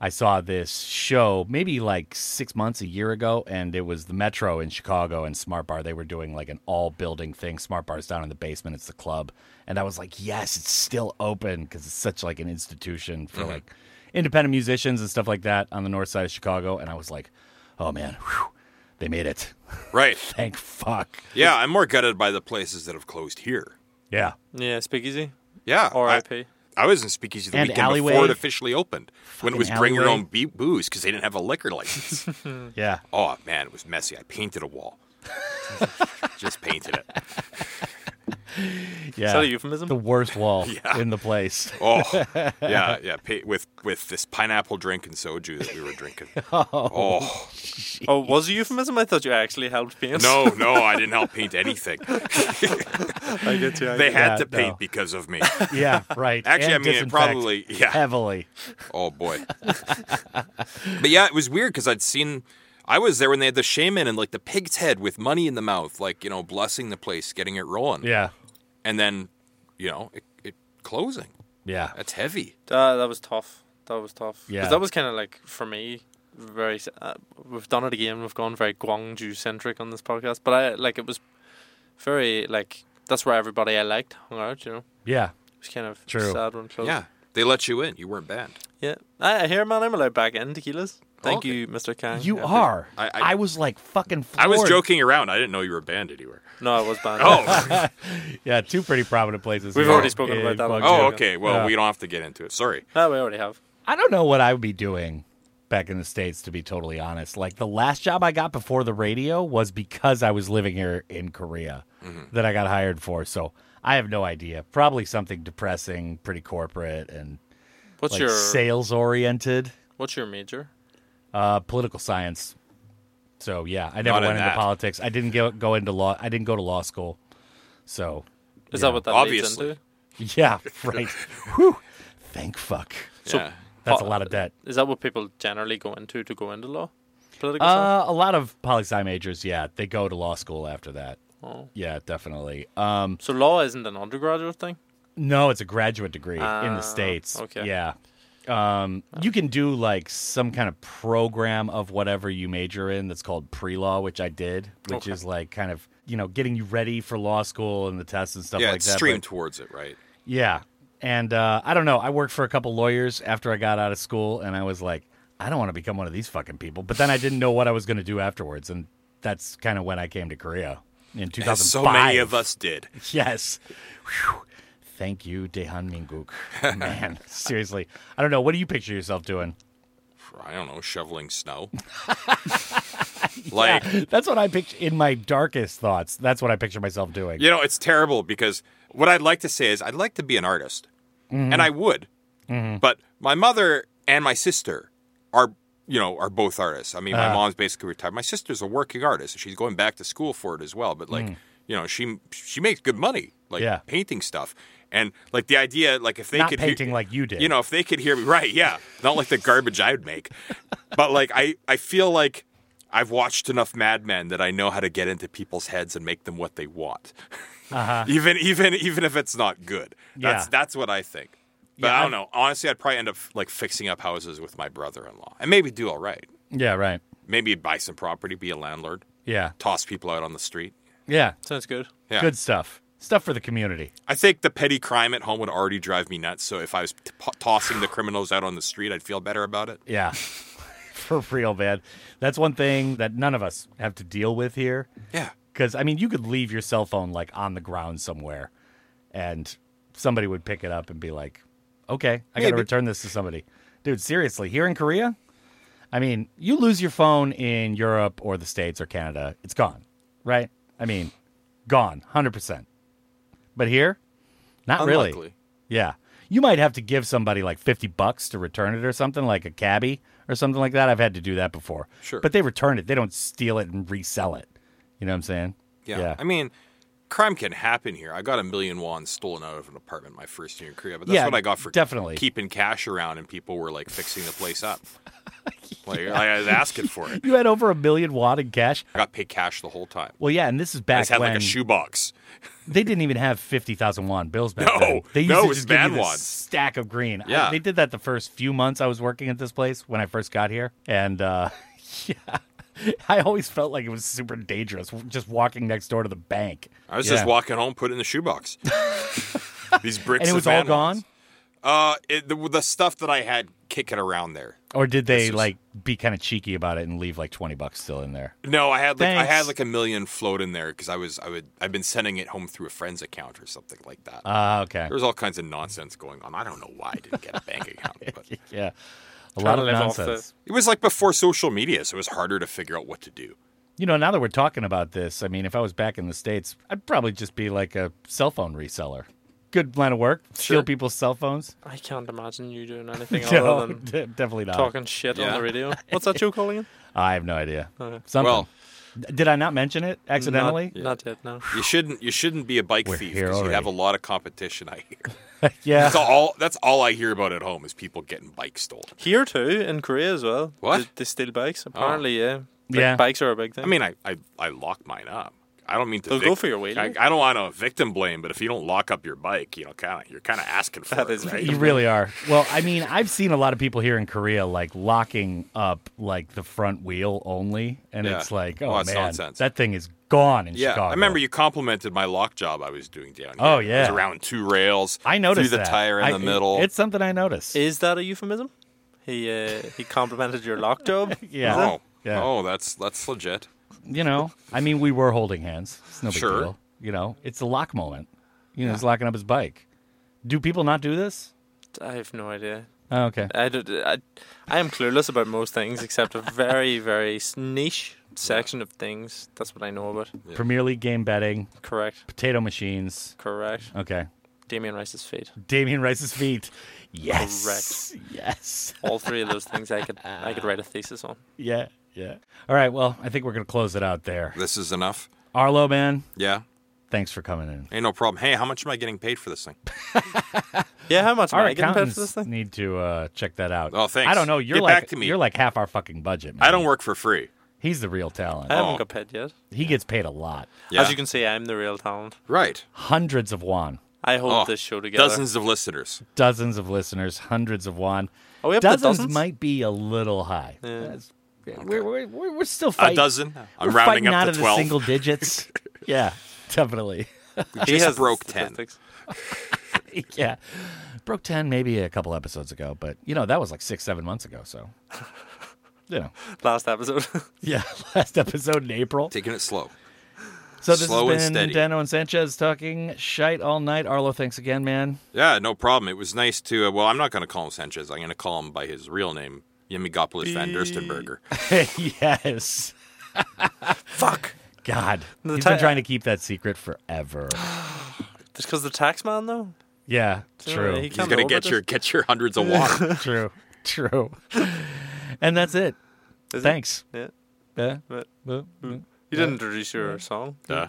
D: I saw this show maybe like six months, a year ago, and it was the Metro in Chicago and Smart Bar. They were doing like an all building thing. Smart Bar's down in the basement, it's the club. And I was like, yes, it's still open because it's such like an institution for like independent musicians and stuff like that on the north side of Chicago. And I was like, oh man, whew, they made it.
F: Right?
D: Thank fuck.
F: Yeah, I'm more gutted by the places that have closed here.
D: Yeah.
F: Hmm.
E: Yeah, Speakeasy.
F: Yeah,
E: R.I.P.
F: I, I was in Speakeasy the
D: And
F: weekend before
D: Alleyway.
F: it officially opened when it was
D: Fucking
F: bring your
D: Alleyway.
F: own be- booze because they didn't have a liquor license.
D: Yeah.
F: Oh man, it was messy. I painted a wall. Just painted it.
D: Yeah.
E: that a euphemism?
D: The worst wall in the place.
F: Oh yeah, yeah. Pa- with with this pineapple drink and soju that we were drinking. Oh
E: Oh, was it a euphemism? I thought you actually helped paint.
F: no, no, I didn't help paint anything.
E: I get you. I
F: They
E: get
F: had
D: Yeah,
F: to paint
D: no.
F: because of me.
D: yeah, right.
F: Actually,
D: And
F: I mean it
D: disinfect
F: probably. Yeah.
D: heavily.
F: Oh boy. but yeah, it was weird because I'd seen. I was there when they had the shaman and like the pig's head with money in the mouth, like you know, blessing the place, getting it rolling,
D: Yeah.
F: and then, you know, it, it closing.
D: Yeah.
F: That's heavy.
E: Uh, that was tough. That was tough. 'Cause
D: Yeah.
E: that was kind of like for me. Very. s- Uh, we've done it again. We've gone very Guangzhou centric on this podcast, but I like it was very like that's where everybody I liked hung out. You know,
D: Yeah.
E: it was kind of
D: True.
E: sad when it closed.
F: Yeah, they let you in. You weren't banned.
E: yeah. Ah, I, I hear, man. I'm allowed back in tequilas. Thank
F: Okay.
E: you, Mr. Kang.
D: You
E: I appreciate-
D: are.
F: I-
D: I,
F: I-
D: was like fucking
F: I
D: floored.
F: was joking around. I didn't know you were banned anywhere.
E: No, I was banned.
F: Oh,
D: Yeah, two pretty prominent places.
E: We've
D: here
E: already spoken
D: in
E: about that one.
D: Buckhead.
F: oh,
E: Yeah.
F: okay. Well,
D: Yeah.
F: we don't have to get into it. Sorry.
E: no, Ah, we already have.
D: I don't know what I would be doing back in the States, to be totally honest. Like, the last job I got before the radio was because I was living here in Korea
F: Mm-hmm.
D: that I got hired for. So I have no idea. Probably something depressing, pretty corporate, and
E: What's
D: like
E: your
D: sales oriented.
E: What's your major?
D: Uh, political science. So yeah, I
F: Not
D: never
F: in
D: went into
F: that.
D: politics. I didn't go, go into law. I didn't go to law school. So
E: Is
D: Yeah.
E: that what that
F: Obviously.
E: leads into?
D: yeah, right. Whew. Thank fuck.
F: yeah.
D: That's a
E: Po-
D: lot of debt.
E: Is that what people generally go into to go into law? Political science?
D: Uh, a lot of poli sci majors, yeah, they go to law school after that.
E: Oh.
D: Yeah, definitely. Um,
E: So law isn't an undergraduate thing.
D: no, it's a graduate degree in
E: Ah,
D: the states.
E: okay.
D: Yeah. Um, you can do like some kind of program of whatever you major in that's called pre-law, which I did, which
E: Okay.
D: is like kind of you know getting you ready for law school and the tests and stuff
F: Yeah,
D: like
F: it's
D: that. but-
F: streamed towards it, right?
D: Yeah. And uh, I don't know. I worked for a couple lawyers after I got out of school, and I was like, I don't want to become one of these fucking people. But then I didn't know what I was going to do afterwards, and that's kind of when I came to Korea in 2005.
F: As so many of us did.
D: Yes. Whew. Thank you, Dehan Minguk. Man, seriously, I don't know. What do you picture yourself doing?
F: I don't know, shoveling snow. like,
D: That's what I picture in my darkest thoughts. That's what I picture myself doing.
F: you know, it's terrible because what I'd like to say is I'd like to be an artist,
D: Mm-hmm.
F: and I would. But my mother and my sister are, you know, are both artists. I mean,
D: Uh-huh.
F: my mom's basically retired. My sister's a working artist. She's going back to school for it as well. But like, you know, she she makes good money, like
D: Mm. Yeah.
F: painting stuff. And like the idea, like if they
D: Not
F: could
D: painting
F: hear,
D: like you did.
F: you know, if they could hear me, right? Yeah, not like the garbage I would make, but like I, I feel like I've watched enough Mad Men that I know how to get into people's heads and make them what they want, even even even if it's not good. That's
D: Uh-huh. Yeah.
F: that's what I think. But
D: Yeah,
F: I don't know. Honestly, I'd probably end up like fixing up houses with my brother-in-law, and maybe do all right.
D: Yeah, right.
F: Maybe buy some property, be a landlord,
D: Yeah,
F: toss people out on the street.
D: yeah.
E: Sounds good.
F: Yeah.
D: Good stuff. Stuff for the community.
F: I think the petty crime at home would already drive me nuts. So if I was t- po- tossing the criminals out on the street, I'd feel better about it.
D: Yeah. For real, man. That's one thing that none of us have to deal with here.
F: Yeah.
D: Because, I mean, you could leave your cell phone like on the ground somewhere and somebody would pick it up and be like, okay, I got to
F: Maybe.
D: return this to somebody. Dude, seriously, here in Korea, I mean, you lose your phone in Europe or the States or Canada, it's gone, right? I mean, gone, 100%. But here, not really.
F: Unlikely.
D: Yeah. You might have to give somebody like 50 bucks to return it or something, like a cabbie or something like that. I've had to do that before.
F: Sure.
D: But they return it, they don't steal it and resell it. You know what I'm saying?
F: Yeah. I mean, crime can happen here. I got a million won stolen out of an apartment my first year in Korea, but that's
D: Yeah,
F: what I got for
D: definitely.
F: keeping cash around, and people were like fixing the place up. Like I was asking for it.
D: You had over a million won in cash.
F: I got paid cash the whole time.
D: Well, yeah, and this is
F: I
D: back
F: just had
D: when
F: like a shoebox.
D: they didn't even have fifty thousand won bills back
F: No,
D: then. They used
F: no,
D: to
F: it was
D: just give you
F: bad
D: this
F: ones.
D: stack of green. I-
F: Yeah.
D: they did that the first few months I was working at this place when I first got here, and uh, yeah, I always felt like it was super dangerous just walking next door to the bank.
F: I was
D: Yeah.
F: just walking home, put it in the shoebox. These bricks
D: and it
F: of
D: was all
F: bad
D: gone.
F: ones. Uh, it, the, the stuff that I had kicking around there.
D: Or did they
F: is-
D: like be kind of cheeky about it and leave like twenty bucks still in there?
F: No, I had like I had
D: Thanks.
F: like a million float in there because I was I would I've been sending it home through a friend's account or something like that.
D: Ah, okay,
F: there was all kinds of nonsense going on. I don't know why I didn't get a bank account, but
D: yeah, a
E: Trying
D: lot
E: to
D: of
E: live off the-
D: nonsense.
F: it was like before social media, so it was harder to figure out what to do.
D: You know, now that we're talking about this, I mean, if I was back in the states, I'd probably just be like a cell phone reseller. Good line of work. Steal
F: Sure.
D: people's cell phones.
E: I can't imagine you doing anything
D: No,
E: other than
D: de- definitely not.
E: talking shit on
F: Yeah.
E: the radio. What's that joke calling?
D: I have no idea. Something.
F: Well-
D: did I not mention it accidentally?
E: Not, not it, no.
F: You shouldn't you shouldn't be a bike thief
D: here
F: because you
D: already.
F: have a lot of competition. I hear
D: yeah.
F: that's all that's all I hear about at home is people getting bikes stolen.
E: Here too, in Korea as well.
F: What? Oh.
E: They, they steal bikes. Apparently, yeah. Like,
D: Yeah.
E: Bikes are a big thing.
F: I mean, I I, I lock mine up. I don't mean to.
E: They'll go for your wheelie.
F: I, I don't want to victim blame, but if you don't lock up your bike, you know, kind of you're kind of asking for
E: That
F: it,
E: is
F: right?
D: You really are. Well, I mean, I've seen a lot of people here in Korea like locking up like the front wheel only, and
F: Yeah.
D: it's like, oh
F: Well, it's
D: man,
F: nonsense.
D: that thing is gone in
F: Yeah,
D: Chicago.
F: I remember you complimented my lock job I was doing down here.
D: Oh,
F: it was
D: yeah.
F: around two rails.
D: I noticed
F: through the
D: that.
F: tire in
D: I-
F: the middle.
D: It's something I noticed.
E: Is that a euphemism? He uh, he complimented your lock job.
D: yeah.
F: Oh,
D: Yeah.
F: oh, that's that's legit.
D: you know, I mean, we were holding hands. It's no big
F: Sure.
D: deal. You know, it's a lock moment. You know, he's locking up his bike. Do people not do this?
E: I have no idea.
D: Oh, okay.
E: I, don't- I, I am clueless about most things except a very, very s- niche section of things. That's what I know about.
D: Premier League game betting,
E: Correct.
D: potato machines.
E: Correct.
D: Okay.
E: Damien Rice's feet.
D: Damien Rice's feet. Yes. Yes.
E: All three of those things I could I could write a thesis on.
D: Yeah. Yeah. All right. Well, I think we're going to close it out there.
F: This is enough.
D: Arlo, man,
F: Yeah,
D: thanks for coming in.
F: ain't no problem. Hey, how much am I getting paid for this thing?
E: Yeah, how much am
D: Our
E: I getting paid for
D: accountants
E: this thing?
D: need to uh, check that out.
F: Oh, thanks.
D: I don't know. You're
F: Get
D: like
F: back to me.
D: you're like half our fucking budget. Man.
F: I don't work for free.
D: He's the real talent.
E: I haven't
F: Oh.
E: got paid yet.
D: he gets paid a lot,
F: Yeah,
E: As you can see, I'm the real talent.
F: right.
D: hundreds of won.
E: I hold
F: Oh,
E: this show together.
F: Dozens of listeners.
D: dozens of listeners, hundreds of one.
E: Are we up to
D: dozens,
E: dozens?
D: might be a little high. That's- We're, we're, we're, we're still
F: A
D: fighting.
F: dozen. I'm
D: We're
F: rounding
D: fighting
F: up
D: out
F: to
D: of
F: twelve.
D: the single digits. yeah, definitely.
F: We
E: he
F: just
E: has the
F: broke ten.
E: statistics.
D: yeah, broke ten maybe a couple episodes ago, but you know that was like six, seven months ago. So, you know,
E: Last episode.
D: yeah, last episode in April.
F: Taking it slow.
D: So this
F: slow and
D: has been
F: steady.
D: Dano and Sanchez talking shite all night. Arlo, thanks again, man.
F: Yeah, no problem. It was nice to. Uh, well, I'm not going to call him Sanchez. I'm going to call him by his real name, Yemigopoulos van Derstenberger.
D: yes.
E: Fuck.
D: God,
E: The
D: he's
E: ti-
D: been trying to keep that secret forever.
E: Just because the tax man though.
D: Yeah,
E: Yeah,
D: true.
E: he
F: He's
E: can't
F: going to
E: know
F: get
E: about
F: your get your hundreds of watt.
D: true. True. and that's it.
E: this, is he?
D: Thanks.
E: Yeah.
D: Yeah.
E: But
D: Well,
E: you didn't introduce your song.
F: Yeah.